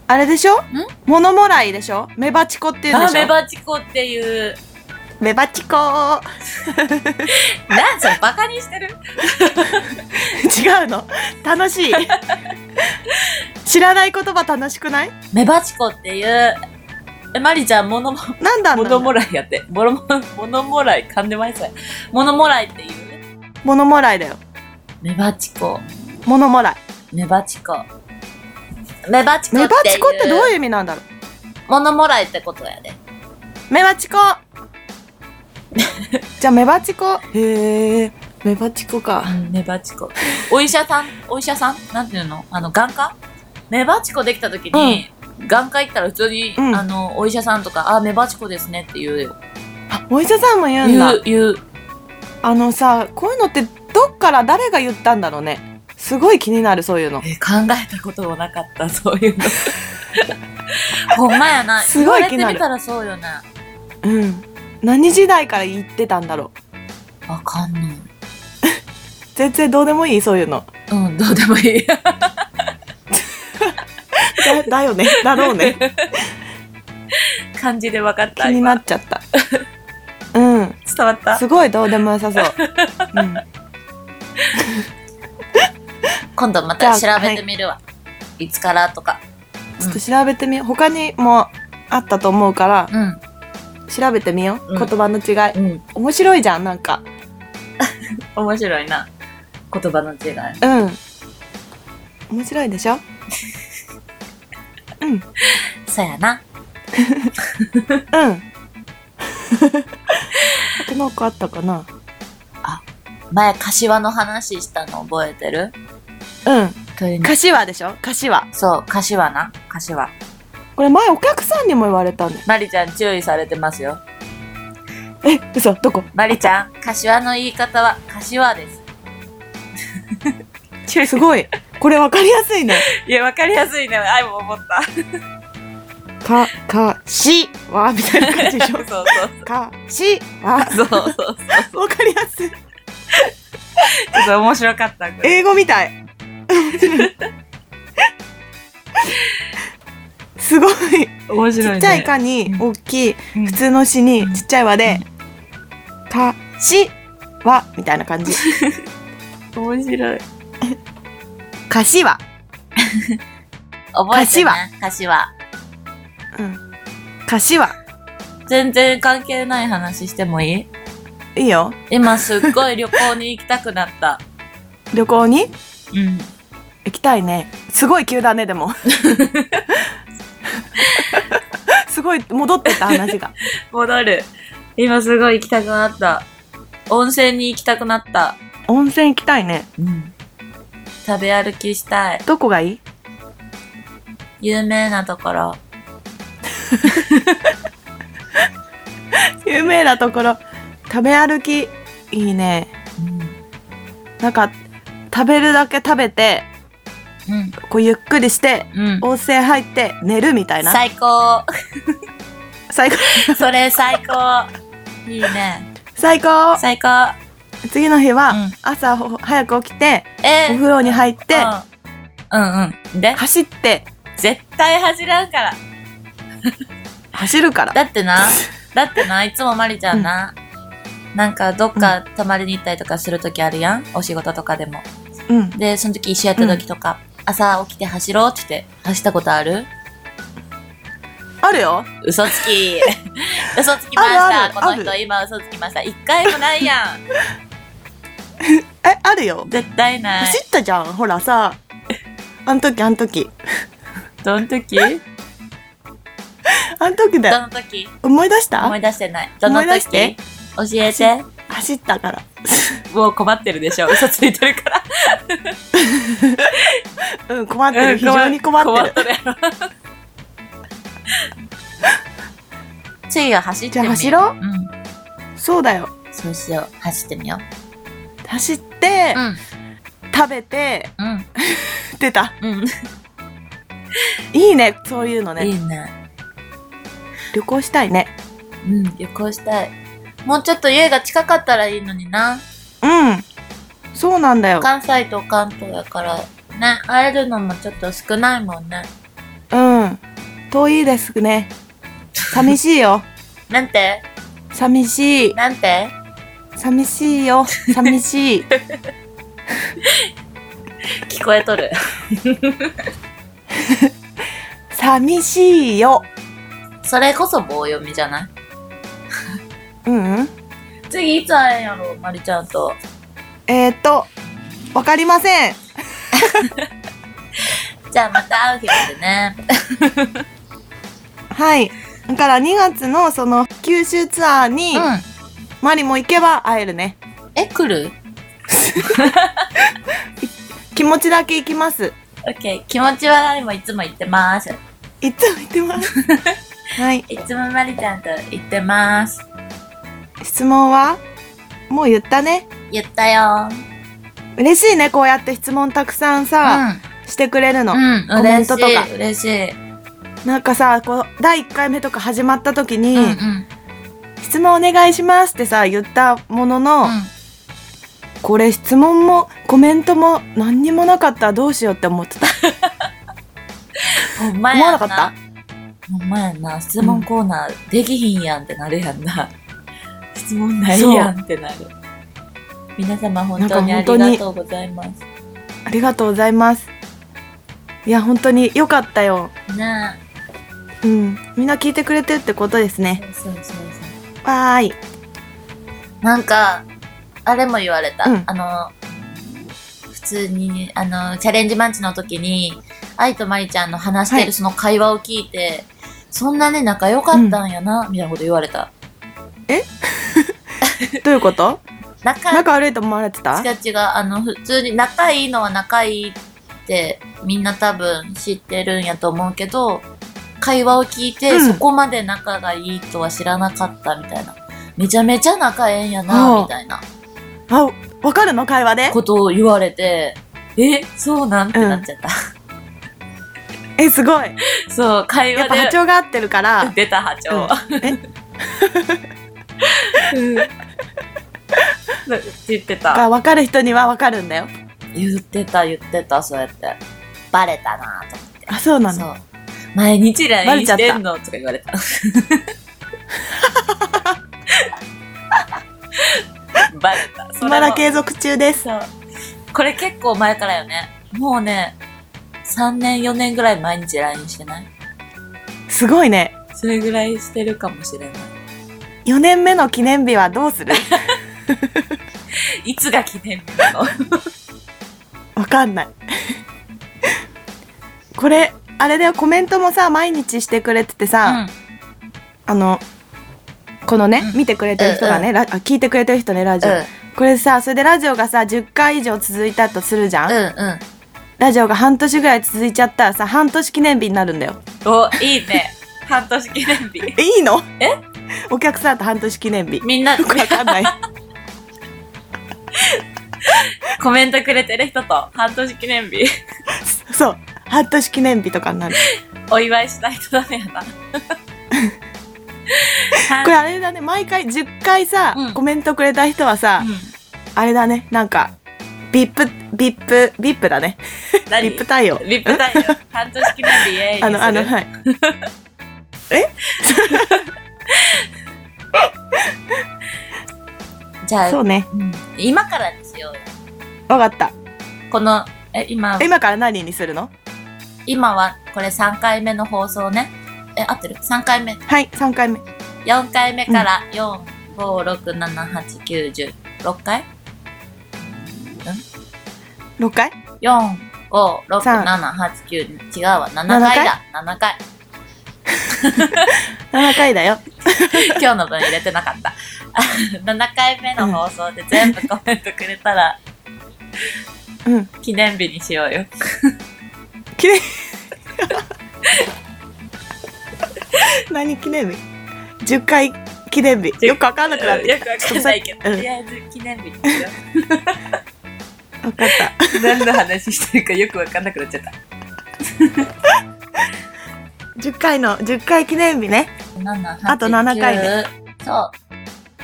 Speaker 2: あれでしょモノもらいでしょメバチコっていうんで
Speaker 1: あ、
Speaker 2: し
Speaker 1: メ
Speaker 2: ょ
Speaker 1: バチコっていう。
Speaker 2: メバチコー
Speaker 1: なんそれ、バカにしてる
Speaker 2: 違うの 楽しい。知らない言葉楽しくない
Speaker 1: メバチコっていう。え、マリちゃん、モノモ、
Speaker 2: なんだ
Speaker 1: モ
Speaker 2: モ
Speaker 1: ノ
Speaker 2: ノ
Speaker 1: モライやって。モノモ、モノモライ、噛んでまいさい。モノモライっていう。
Speaker 2: モノもらいだよ。
Speaker 1: メバチコ。
Speaker 2: モノもらい。
Speaker 1: メバチコ。メバチコっていう。
Speaker 2: メバチコってどういう意味なんだろう
Speaker 1: ものもらいってことやで。
Speaker 2: メバチコ じゃあメバチコへえメバチコか
Speaker 1: メバチコ。お医者さん、お医者さんなんていうのあの、眼科メバチコできた時に、眼科行ったら普通に、
Speaker 2: うん
Speaker 1: あの、お医者さんとか、あ、メバチコですねって言うよ。
Speaker 2: あお医者さんも言うん
Speaker 1: 言
Speaker 2: だ
Speaker 1: う、言う。
Speaker 2: あのさこういうのってどっから誰が言ったんだろうねすごい気になるそういうの
Speaker 1: え考えたこともなかった、 そういうの。ほんまやな。
Speaker 2: すごい
Speaker 1: 言
Speaker 2: 気に
Speaker 1: わ
Speaker 2: な
Speaker 1: れてみた
Speaker 2: る
Speaker 1: らそうよね。
Speaker 2: うん何時代から言ってたんだろう
Speaker 1: わかんない。
Speaker 2: 全然どうでもいいそういうの
Speaker 1: うん、どうでもいい。
Speaker 2: だだよね だろうね
Speaker 1: 感じで分かっ
Speaker 2: 気
Speaker 1: た。
Speaker 2: になっちゃ ったうん
Speaker 1: 今伝わった
Speaker 2: すごいどうでも良さそう、 うん、
Speaker 1: 今度また調べてみるわ。いつからとか。
Speaker 2: ちょっと調べてみよう他にもあったと思うから
Speaker 1: うん。
Speaker 2: 調べてみよう、
Speaker 1: うん
Speaker 2: 言葉の違い
Speaker 1: うん。
Speaker 2: 面白いじゃんなんか
Speaker 1: 面白いな。言葉の違い。
Speaker 2: うん面白いでしょうんうん
Speaker 1: そうやな。
Speaker 2: あとなんかあったかな
Speaker 1: 前、柏の話したの覚えてる
Speaker 2: うん
Speaker 1: 鳥に。
Speaker 2: 柏でしょ柏
Speaker 1: そう、柏な。柏。
Speaker 2: これ前お客さんにも言われたんだよ
Speaker 1: マリちゃん注意されてますよ。
Speaker 2: え嘘どこ
Speaker 1: マリちゃん、柏の言い方は、柏です。注
Speaker 2: すごいこれわかりやすいね
Speaker 1: いや、わかりやすいね。あいも思った。
Speaker 2: かかしわみ たいな感じでし
Speaker 1: そ
Speaker 2: ょ
Speaker 1: うそう
Speaker 2: かしわ
Speaker 1: そう。そうそう。ち
Speaker 2: わかりやすい
Speaker 1: ょっと面白かった。これ
Speaker 2: 英語みたい すごい
Speaker 1: 面
Speaker 2: ち
Speaker 1: 白いね。
Speaker 2: っちゃいかに大きい
Speaker 1: うん、
Speaker 2: 普通の詩にちっちゃい和で「かしわ」みたいな感じ
Speaker 1: 面白い。
Speaker 2: 「 かしわ
Speaker 1: 覚えてね。柏。」
Speaker 2: うん「かしわ
Speaker 1: 全然関係ない話してもいい」
Speaker 2: いいよ
Speaker 1: 今すっごい旅行に行きたくなった。
Speaker 2: 旅行に
Speaker 1: うん。
Speaker 2: 行きたいねすごい急だねで もすごい戻ってた話が
Speaker 1: 戻る。今すごい行きたくなった。温泉に行きたくなった。
Speaker 2: 温泉行きたいね
Speaker 1: うん。食べ歩きしたい。
Speaker 2: どこがいい
Speaker 1: 有名なところ。
Speaker 2: 有名なところ食べ歩きいいねなんか食べるだけ食べて
Speaker 1: うん。
Speaker 2: こうゆっくりして
Speaker 1: うん。うん。
Speaker 2: 温泉入って寝るみたいな
Speaker 1: 最高。
Speaker 2: 最高
Speaker 1: それ最高。いいね。
Speaker 2: 最高
Speaker 1: 最高。
Speaker 2: 次の日は
Speaker 1: うん
Speaker 2: 朝ほ早く起きてお
Speaker 1: え
Speaker 2: 風呂に入って
Speaker 1: うん、うんうん。で、
Speaker 2: 走って
Speaker 1: 絶対走らんから。
Speaker 2: 走るから
Speaker 1: だって な、だってな、いつもまりちゃんな、なんかどっか泊まりに行ったりとかするときあるやん。お仕事とかでも。
Speaker 2: うん
Speaker 1: で、その時一緒やった時とか、朝起きて走ろうって言って、走ったことある
Speaker 2: あるよ
Speaker 1: 嘘つき。嘘つきまし
Speaker 2: あ
Speaker 1: た。
Speaker 2: る
Speaker 1: こ
Speaker 2: ある
Speaker 1: の人今嘘つきました。一回もないや ん。
Speaker 2: えあるよ
Speaker 1: 絶対ない。
Speaker 2: 走ったじゃんほ らさあん時あん時
Speaker 1: どの時？ど
Speaker 2: あん時だよ
Speaker 1: の時？
Speaker 2: 思い出し
Speaker 1: 思
Speaker 2: た
Speaker 1: い出してない。どの
Speaker 2: 思い出し
Speaker 1: 時？
Speaker 2: て
Speaker 1: 教えて。
Speaker 2: 走ったから
Speaker 1: もう困ってるでしょ。嘘ついてるから。
Speaker 2: うん困ってる非常に困ってる
Speaker 1: る やろ。次は走ってみよう。
Speaker 2: じゃあ走ろう
Speaker 1: うん。
Speaker 2: そうだよ
Speaker 1: そうしよう。走ってみよ
Speaker 2: 走って
Speaker 1: う。、ん。
Speaker 2: 食べて
Speaker 1: うん。
Speaker 2: 出た
Speaker 1: うん。
Speaker 2: いいねそういうのね
Speaker 1: いいね。
Speaker 2: 旅行したいね
Speaker 1: うん。旅行したい。もうちょっと家が近かったらいいのにな。
Speaker 2: うんそうなんだよ
Speaker 1: 関西と関東やから、ね、会えるのもちょっと少ないもんね。
Speaker 2: うん遠いですね寂しいよ
Speaker 1: なんて
Speaker 2: 寂しい
Speaker 1: なんて
Speaker 2: 寂しいよ寂し い
Speaker 1: 聞こえとる。
Speaker 2: 寂しいよ
Speaker 1: それこそ棒読みじゃない
Speaker 2: うんうん
Speaker 1: 次いつ会えんやろ、まりちゃんと。
Speaker 2: えー、っとわかりません
Speaker 1: じゃあまた会う日までね。
Speaker 2: はいだから2月のその九州ツアーに
Speaker 1: う
Speaker 2: マリも行けば会えるね
Speaker 1: ん。え、来る
Speaker 2: 気持ちだけ行きます
Speaker 1: オッケー。気持ちは今いつも言ってます。
Speaker 2: いつも行っ てますはい
Speaker 1: いつもまりちゃんと言ってます。
Speaker 2: 質問はもう言ったね
Speaker 1: 言ったよ。
Speaker 2: 嬉しいねこうやって質問たくさんさ、してくれるの、
Speaker 1: うん。うん。
Speaker 2: コメン
Speaker 1: 嬉し
Speaker 2: トとか
Speaker 1: い。嬉しい。
Speaker 2: なんかさこう第1回目とか始まった時に、
Speaker 1: うんうん。
Speaker 2: 質問お願いしますってさ言ったものの、
Speaker 1: うん
Speaker 2: これ質問もコメントも何にもなかったらどうしようって思ってた
Speaker 1: ほんま
Speaker 2: 思わ
Speaker 1: やな
Speaker 2: なかった
Speaker 1: ほんまやな質問コーナーできひんやんってなるやん な、質問ない
Speaker 2: そう
Speaker 1: やんってなる皆様本当にあ
Speaker 2: なん
Speaker 1: り
Speaker 2: か本当に
Speaker 1: がとうございます
Speaker 2: ありがとうございますいや本当に良かったよ
Speaker 1: ね
Speaker 2: うんみんな聞いてくれてるってことです
Speaker 1: え
Speaker 2: ね
Speaker 1: そうそうそうそ
Speaker 2: わー いう
Speaker 1: なんかあれも言われた、
Speaker 2: うん
Speaker 1: あの普通にあのチャレンジマンチの時に愛とまりちゃんの話して
Speaker 2: は
Speaker 1: るその会話を聞いて、そんなね仲良かったんやな、みたいなこと言われた
Speaker 2: どういうこと
Speaker 1: 仲
Speaker 2: 仲悪いと思われてた
Speaker 1: 違う違うあの普通に仲いいのは仲いいってみんな多分知ってるんやと思うけど会話を聞いて、
Speaker 2: うん
Speaker 1: そこまで仲がいいとは知らなかったみたいなめちゃめちゃ仲ええんや
Speaker 2: は
Speaker 1: な
Speaker 2: あ
Speaker 1: みたいな
Speaker 2: あわかるの会話で
Speaker 1: ことを言われてえそうなんってなっちゃった、
Speaker 2: えすごい
Speaker 1: そう会
Speaker 2: や
Speaker 1: 話
Speaker 2: っぱ波
Speaker 1: で
Speaker 2: 長が合ってるから
Speaker 1: 出た波長、
Speaker 2: うんが
Speaker 1: 言ってた
Speaker 2: 分かる人には分かるんだよ
Speaker 1: 言ってた言ってたそうやってバレたなと思って
Speaker 2: あそうなの
Speaker 1: そう毎日
Speaker 2: バレ
Speaker 1: LINE
Speaker 2: ちゃ
Speaker 1: し
Speaker 2: った
Speaker 1: てんのとか言われた。 バレた。それも
Speaker 2: まだ継続中です
Speaker 1: そうこれ結構前からよね。もうね、3年4年ぐらい毎日 LINE してない
Speaker 2: すごいね
Speaker 1: それぐらいしてるかもしれない。
Speaker 2: 4年目の記念日はどうする
Speaker 1: いつが記念日なの
Speaker 2: わかんない これあれだよコメントもさ毎日してくれててさ、あのこのね、
Speaker 1: うん
Speaker 2: 見てくれてる人がね、ラあ聞いてくれてる人ねラジ
Speaker 1: う
Speaker 2: オ、
Speaker 1: ん。
Speaker 2: これさそれでラジオがさ10回以上続いたとするじゃん、
Speaker 1: うん。うん。うん。
Speaker 2: ラジオが半年ぐらい続いちゃったらさ半年記念日になるんだよ
Speaker 1: お、いいね。半年記念日。
Speaker 2: えいいのえお客さんと半年記念日
Speaker 1: みんな、
Speaker 2: わかん ない
Speaker 1: コメントくれてる人と半年記念日、
Speaker 2: そう半年記念日とかになる
Speaker 1: お祝いしないとダメや な。
Speaker 2: これあれだね毎回10回さ、
Speaker 1: うん
Speaker 2: コメントくれた人はさ、
Speaker 1: うん
Speaker 2: あれだねなんかビップビップビップだね
Speaker 1: 何
Speaker 2: ビップ対応
Speaker 1: リップタイル半年記念日イエーイにする
Speaker 2: あのあのはいえ
Speaker 1: じゃ
Speaker 2: そ
Speaker 1: あ、
Speaker 2: うね
Speaker 1: うん今からにしようよ
Speaker 2: わかった
Speaker 1: このえ今
Speaker 2: 今から何にするの
Speaker 1: 今はこれ3回目の放送ねえ合ってる3回目
Speaker 2: はい3回目
Speaker 1: 4回目から4、5、6、7、8、9、10。6回
Speaker 2: 6回
Speaker 1: ?4、5、6、
Speaker 2: さん
Speaker 1: 7、8、9。違うわ、7回だ。7回。
Speaker 2: ?7 回だよ。
Speaker 1: 今日の分入れてなかった。7回目の放送で全部コメントくれたら
Speaker 2: うん。
Speaker 1: 記念日にしようよ。
Speaker 2: 記念 何記念日 ?10 回記念日。よくわかんなくなって
Speaker 1: よ
Speaker 2: き
Speaker 1: く
Speaker 2: た。
Speaker 1: わかんないけど、
Speaker 2: うん
Speaker 1: とりあえず記念日にしよ
Speaker 2: わかった。
Speaker 1: う。何の話してるかよくわかんなくなっちゃった。
Speaker 2: 10回の、10回記念日ね。
Speaker 1: 7、8、
Speaker 2: あと7回で
Speaker 1: 9そ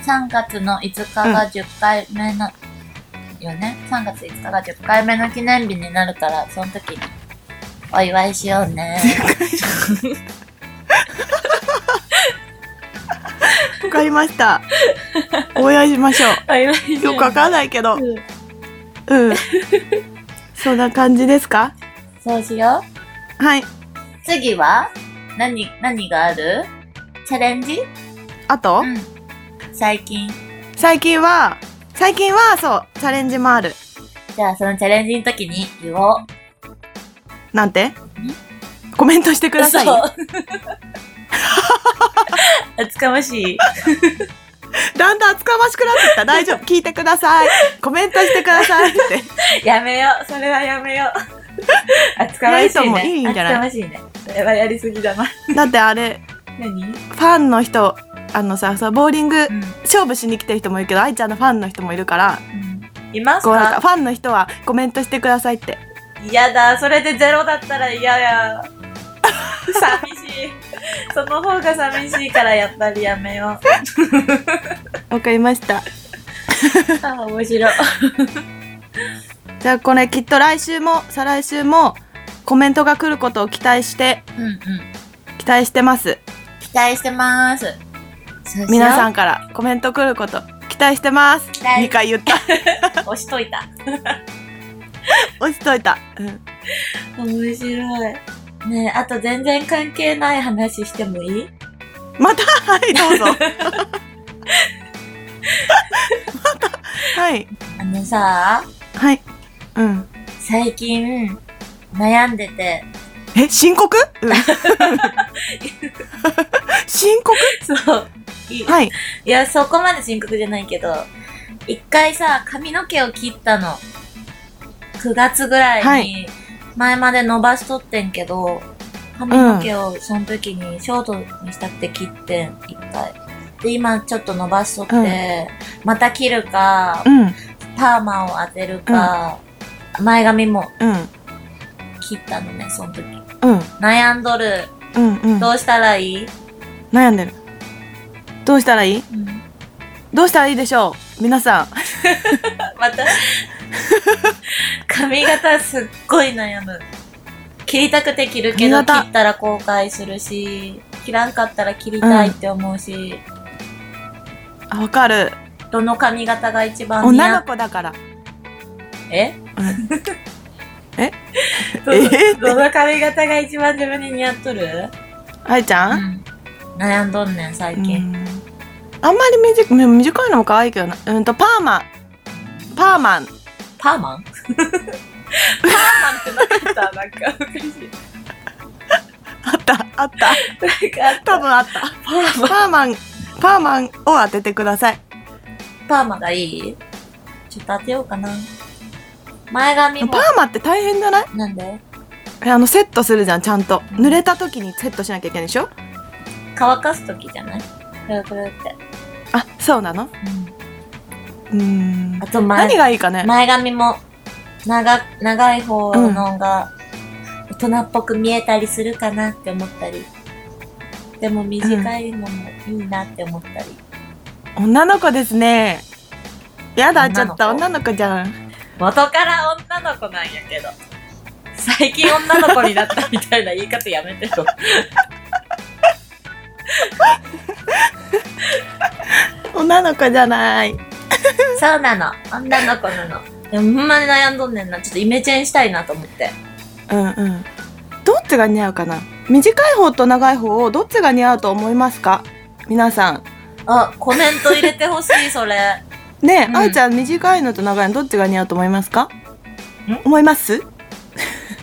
Speaker 1: う。3月の5日が10回目の、よね。3月5日が10回目の記念日になるから、その時にお祝いしようね。
Speaker 2: わかりました。 お祝いしましょ
Speaker 1: お祝いし
Speaker 2: う。よくわかんないけど。
Speaker 1: うん
Speaker 2: うん。そんな感じですか
Speaker 1: そうしよう。
Speaker 2: はい。
Speaker 1: 次は何、何があるチャレンジ
Speaker 2: あと、
Speaker 1: うん。最近。
Speaker 2: 最近は、最近は、そう、チャレンジもある。
Speaker 1: じゃあ、そのチャレンジの時に言おう。
Speaker 2: なんてコメントしてくださ い。
Speaker 1: 嘘厚かましい。
Speaker 2: だんだん厚かましくなってきた。大丈夫。聞いてください。コメントしてくださいって。
Speaker 1: やめよう。それはやめよう。 厚かま
Speaker 2: いやいい
Speaker 1: し
Speaker 2: と
Speaker 1: い
Speaker 2: 思う
Speaker 1: ね。
Speaker 2: いいんじゃな
Speaker 1: 厚
Speaker 2: い
Speaker 1: かましいね。それはやりすぎだな。
Speaker 2: だってあれ、
Speaker 1: 何うん。
Speaker 2: ファンの人、あのさ、さボーリング
Speaker 1: うん
Speaker 2: 勝負しに来てる人もいるけど、愛ちゃんのファンの人もいるから、
Speaker 1: います
Speaker 2: こうなんか
Speaker 1: か
Speaker 2: ファンの人はコメントしてくださいって。
Speaker 1: 嫌だ。それでゼロだったら嫌や。 寂しい。その方が寂しいからやっぱりやめよう。
Speaker 2: わかりました。
Speaker 1: あ、面白い。
Speaker 2: じゃあこれきっと来週も再来週もコメントが来ることを期待して
Speaker 1: うんうん。
Speaker 2: 期待してます
Speaker 1: 期待してます。そうしよう
Speaker 2: 皆さんからコメント来ること期待してます
Speaker 1: 期待
Speaker 2: 2回言った
Speaker 1: 押しといた。
Speaker 2: 押しといた、うん
Speaker 1: 面白い。ねえ、あと全然関係ない話してもいい
Speaker 2: またはいど うぞまたはい
Speaker 1: あのさ、
Speaker 2: はいうん
Speaker 1: 最近悩んでて、
Speaker 2: え深刻、 うん、深刻
Speaker 1: そう。いい
Speaker 2: はい
Speaker 1: いや、そこまで深刻じゃないけど、一回さ、髪の毛を切ったの。9月ぐら
Speaker 2: はい
Speaker 1: に、前まで伸ばしとってんけど、髪の毛をその時にショートにしたくて切ってん、一回。で、今ちょっと伸ばしとって、また切るか
Speaker 2: う、んうん
Speaker 1: パーマを当てるか、前髪も切ったのね、その時。
Speaker 2: うん
Speaker 1: 悩んどる。
Speaker 2: うんうん
Speaker 1: どうしたらいい、
Speaker 2: 悩んでるどうしたらいい
Speaker 1: うん
Speaker 2: どうしたらいいでしょう皆さん
Speaker 1: また髪型すっごい悩む切りたくて切るけど
Speaker 2: 髪型
Speaker 1: 切ったら後悔するし切らんかったら切りたいって思うし、
Speaker 2: あわかる
Speaker 1: どの髪型が一番似
Speaker 2: 女
Speaker 1: 合
Speaker 2: の
Speaker 1: う
Speaker 2: 子だから。
Speaker 1: え
Speaker 2: え
Speaker 1: ど
Speaker 2: えって
Speaker 1: どの髪型が一番自分に似合っとる、
Speaker 2: あいち
Speaker 1: う
Speaker 2: ゃん、
Speaker 1: ん、悩んどんねん最
Speaker 2: う
Speaker 1: 近、
Speaker 2: んあんまり短く短いのも可愛いけどな。うんと、パーマ。パーマン。
Speaker 1: パーマン パーマンってなかったなんかおかしい
Speaker 2: あった、あった。
Speaker 1: なんか
Speaker 2: 多分あった。パーマン、パーマンを当ててください。
Speaker 1: パーマがいいちょっと当てようかな前髪
Speaker 2: パ
Speaker 1: も
Speaker 2: ーマって大変じゃない
Speaker 1: なんで
Speaker 2: えあの、セットするじゃん、ちゃんと。濡れた時にセットしなきゃいけないでしょ
Speaker 1: 乾かす時じゃないくるくるって、
Speaker 2: あ、そうなのうーん
Speaker 1: あ。と前
Speaker 2: 何がいいかね。
Speaker 1: 前髪も長長い方のが大人っぽく見えたりするかなって思ったりでも短いのもいいなって思ったり、
Speaker 2: 女の子ですね。やだ、ちょっと
Speaker 1: 女
Speaker 2: 女の子じゃん。
Speaker 1: 元から女の子なんやけど最近女の子になったみたいな言い方やめてよ
Speaker 2: 女の子じゃない。
Speaker 1: そうなの女の子なのでもほんまに悩んどんねんなちょっとイメチェンしたいなと思って
Speaker 2: うんうん。どっちが似合うかな短い方と長い方をどっちが似合うと思いますか皆さん
Speaker 1: あ、コメント入れてほしい、それ。
Speaker 2: ねえ、
Speaker 1: うん
Speaker 2: あいちゃん短いのと長いのどっちが似合うと思いますか
Speaker 1: ん
Speaker 2: 思います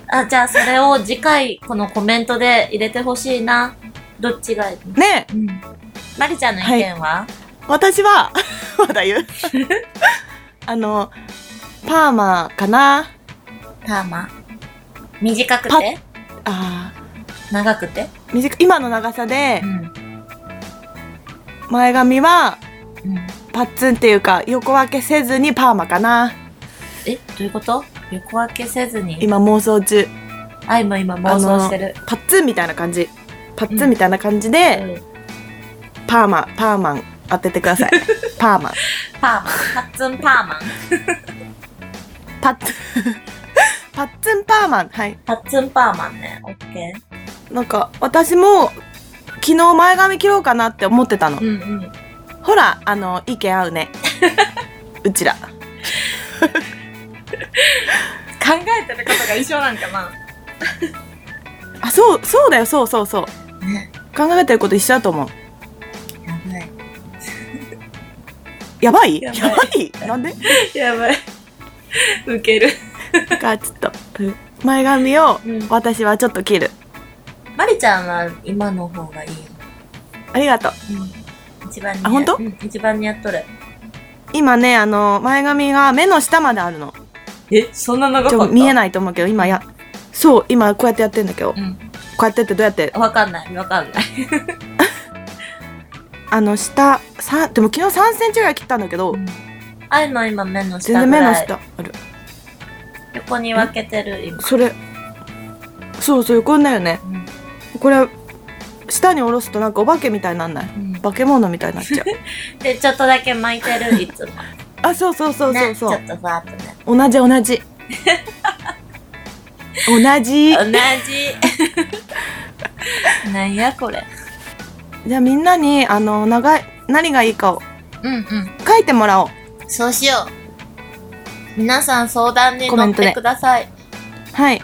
Speaker 1: あ、じゃあそれを次回、このコメントで入れてほしいな。どっちがいい
Speaker 2: ねえ
Speaker 1: うん。まりちゃんの意見は、
Speaker 2: 私は まだ 言うあのパーマかな
Speaker 1: パーマ。短く
Speaker 2: パ
Speaker 1: て
Speaker 2: あ
Speaker 1: 長くて
Speaker 2: ー短い今の長さで
Speaker 1: ん。
Speaker 2: 前髪は
Speaker 1: うん。
Speaker 2: パッツンっていうか横分けせずにパーマかな
Speaker 1: え、どういうこと横分けせずに。
Speaker 2: 今妄想中
Speaker 1: あ、今今妄想してる。
Speaker 2: パッツンみたいな感じパッツンみたいな感じで、
Speaker 1: うん
Speaker 2: パーマパーマン当ててくださいパーマン
Speaker 1: パーマン。パッツンパーマン。
Speaker 2: パッツンパッツンパーマンはい
Speaker 1: パッツンパーマンね。オッケ
Speaker 2: なんか私も昨日前髪切ろうかなって思ってたの、
Speaker 1: ー。うんうん。
Speaker 2: ほらあの意見合うねうちら
Speaker 1: 考えてることが一緒なんかな。
Speaker 2: あそうそうだよそうそうそう
Speaker 1: ね。
Speaker 2: 考えてること一緒だと思う
Speaker 1: やばい。
Speaker 2: やばい
Speaker 1: や
Speaker 2: や
Speaker 1: ば
Speaker 2: ば
Speaker 1: い
Speaker 2: いなんで
Speaker 1: やばい。ウケる。
Speaker 2: なんかちょっとうん前髪を
Speaker 1: うん
Speaker 2: 私はちょっと切る
Speaker 1: まりちゃんは今の方がいいよ。
Speaker 2: ありがとう
Speaker 1: うん。一番似合う
Speaker 2: あほんと
Speaker 1: うん、一番似合っとる。
Speaker 2: 今ねあの前髪が目の下まであるの
Speaker 1: え、そんな長
Speaker 2: ちょ見え
Speaker 1: ない。
Speaker 2: ないと思うけど今やそう今こうやってやってんだけど、
Speaker 1: うん。
Speaker 2: こうやってってどうやって
Speaker 1: わかんない、わかんない。
Speaker 2: あの下さんでも昨日3センチぐらい切ったんだけど、
Speaker 1: あいの今目の
Speaker 2: 全
Speaker 1: 下ぐ
Speaker 2: 然目の
Speaker 1: らい。
Speaker 2: 下ある
Speaker 1: 横に分けてる、今。
Speaker 2: それそうそう横んだよね
Speaker 1: うん。
Speaker 2: これ下に下ろすとなんかお化けみたいになんない
Speaker 1: うん
Speaker 2: 化け物みたいになっ ちゃう
Speaker 1: で、ちょっとだけ巻いて る、いつも。
Speaker 2: あそうそうそうそ
Speaker 1: ね、
Speaker 2: う
Speaker 1: ち
Speaker 2: そう、
Speaker 1: ょっとふわっとね。
Speaker 2: 同じ同 じ同 じ
Speaker 1: 同じ。なんやこれ。
Speaker 2: じゃあみんなにあの長い何がいいかを
Speaker 1: うんうん。
Speaker 2: 書いてもらおう
Speaker 1: そうしよう。皆さん相談に
Speaker 2: コメ
Speaker 1: 乗っ
Speaker 2: ントで
Speaker 1: てください。
Speaker 2: はい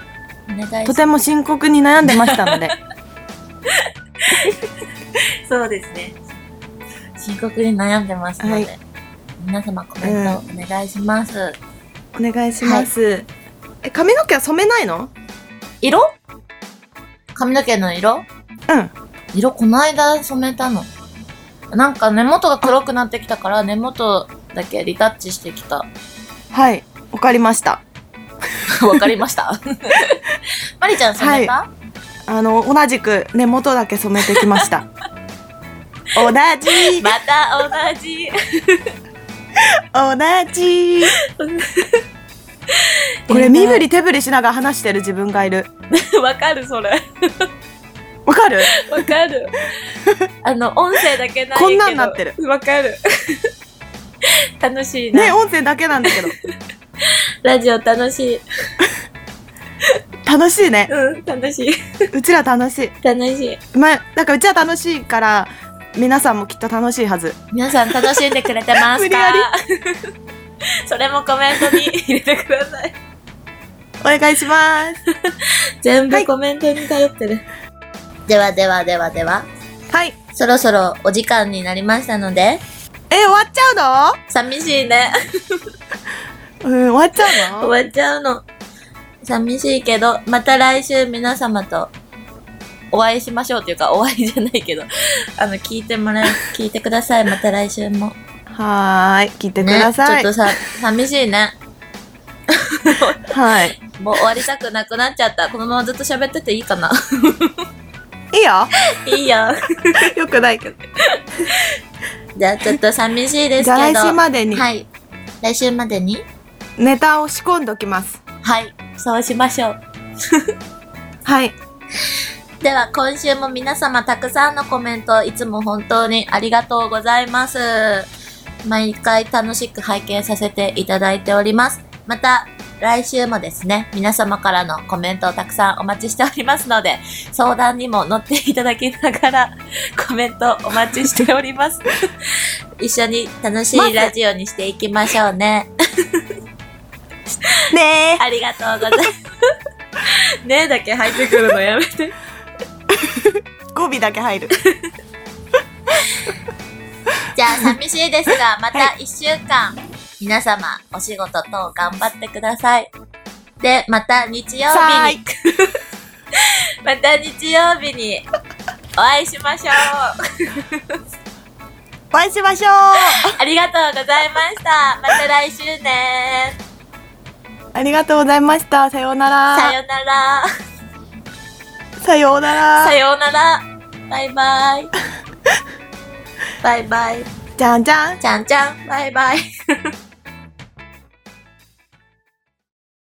Speaker 1: お願いします
Speaker 2: と。ても深刻に悩んでました ので
Speaker 1: そうですね。深刻に悩んでますので、
Speaker 2: は
Speaker 1: 皆様コメントお願いします。
Speaker 2: お願いします、え髪の毛は染めないの
Speaker 1: 色髪の毛の色
Speaker 2: うん
Speaker 1: 色この間染めたの。なんか根元が黒くなってきたから根元だけリタッチしてき た。
Speaker 2: はいわかりました
Speaker 1: わかりま した。まりちゃん染めた、
Speaker 2: あの同じく根元だけ染めてきました 同じ
Speaker 1: また同じ。
Speaker 2: 同じこれ身振り手振りしながら話してる自分がいる
Speaker 1: わかるそれ。
Speaker 2: わかる
Speaker 1: わか る。あの、音声だけないけど。
Speaker 2: こんなんなってる。
Speaker 1: わかる。 楽しいな。
Speaker 2: ね音声だけなんだけど
Speaker 1: ラジオ楽しい。
Speaker 2: 楽し いね
Speaker 1: うん、楽しい。
Speaker 2: うちら楽し
Speaker 1: 楽しい。
Speaker 2: いまあなんかうちら楽しいから皆さんもきっと楽しいはず
Speaker 1: 皆さん楽しんでくれてま
Speaker 2: 無
Speaker 1: す
Speaker 2: 理や
Speaker 1: か それもコメントに入れてください。
Speaker 2: お願いします
Speaker 1: 全
Speaker 2: は
Speaker 1: 部
Speaker 2: い
Speaker 1: コメントに頼ってる。ではではではでは、
Speaker 2: はい
Speaker 1: そろそろお時間になりましたので、
Speaker 2: え終わっちゃ
Speaker 1: 寂しいね。
Speaker 2: うのうん終わっちゃうの
Speaker 1: 終わっちゃうの。寂しいけど、また来週皆様とお会いしましょうというか、お会いじゃないけど、 あの、聞いてもらえ、聞いてください。また来週も。
Speaker 2: はーい聞いてく
Speaker 1: ね、
Speaker 2: だ
Speaker 1: ちょ
Speaker 2: さ
Speaker 1: っ
Speaker 2: い、
Speaker 1: とさ、寂しいね。
Speaker 2: はい
Speaker 1: もう終わりたくなくなっちゃった。このままずっと喋ってていいかな
Speaker 2: いいよ
Speaker 1: いいよ。
Speaker 2: よくないけど
Speaker 1: じゃあちょっと寂しいですけど。
Speaker 2: じゃあ来週までに
Speaker 1: はい。来週までに
Speaker 2: ネタを仕込んでおきます
Speaker 1: はい。そうしましょう。
Speaker 2: はい
Speaker 1: では今週も皆様たくさんのコメントいつも本当にありがとうございます。毎回楽しく拝見させていただいております。また来週もですね、皆様からのコメントをたくさんお待ちしておりますので、相談にも乗っていただきながらコメントお待ちしております。一緒に楽しいラジオにしていきましょうね。
Speaker 2: ね
Speaker 1: ありがとうございます。ねえだけ入ってくるのやめて。
Speaker 2: え語尾だけ入る
Speaker 1: ゃあ寂しいですが、また一週間、皆様、お仕事等頑張ってください。で、また日曜
Speaker 2: さあ
Speaker 1: 日に、 また日曜日に、お会いしましょう。
Speaker 2: お会いしましょ う
Speaker 1: ありがとうございました。また来週ね。
Speaker 2: ありがとうございました。さような
Speaker 1: さ
Speaker 2: ら。
Speaker 1: よなら。
Speaker 2: さようなら
Speaker 1: さ。ようなら。バイバイ。バイバイ。
Speaker 2: じゃんじゃん。
Speaker 1: ちゃんちゃん。バイバイ。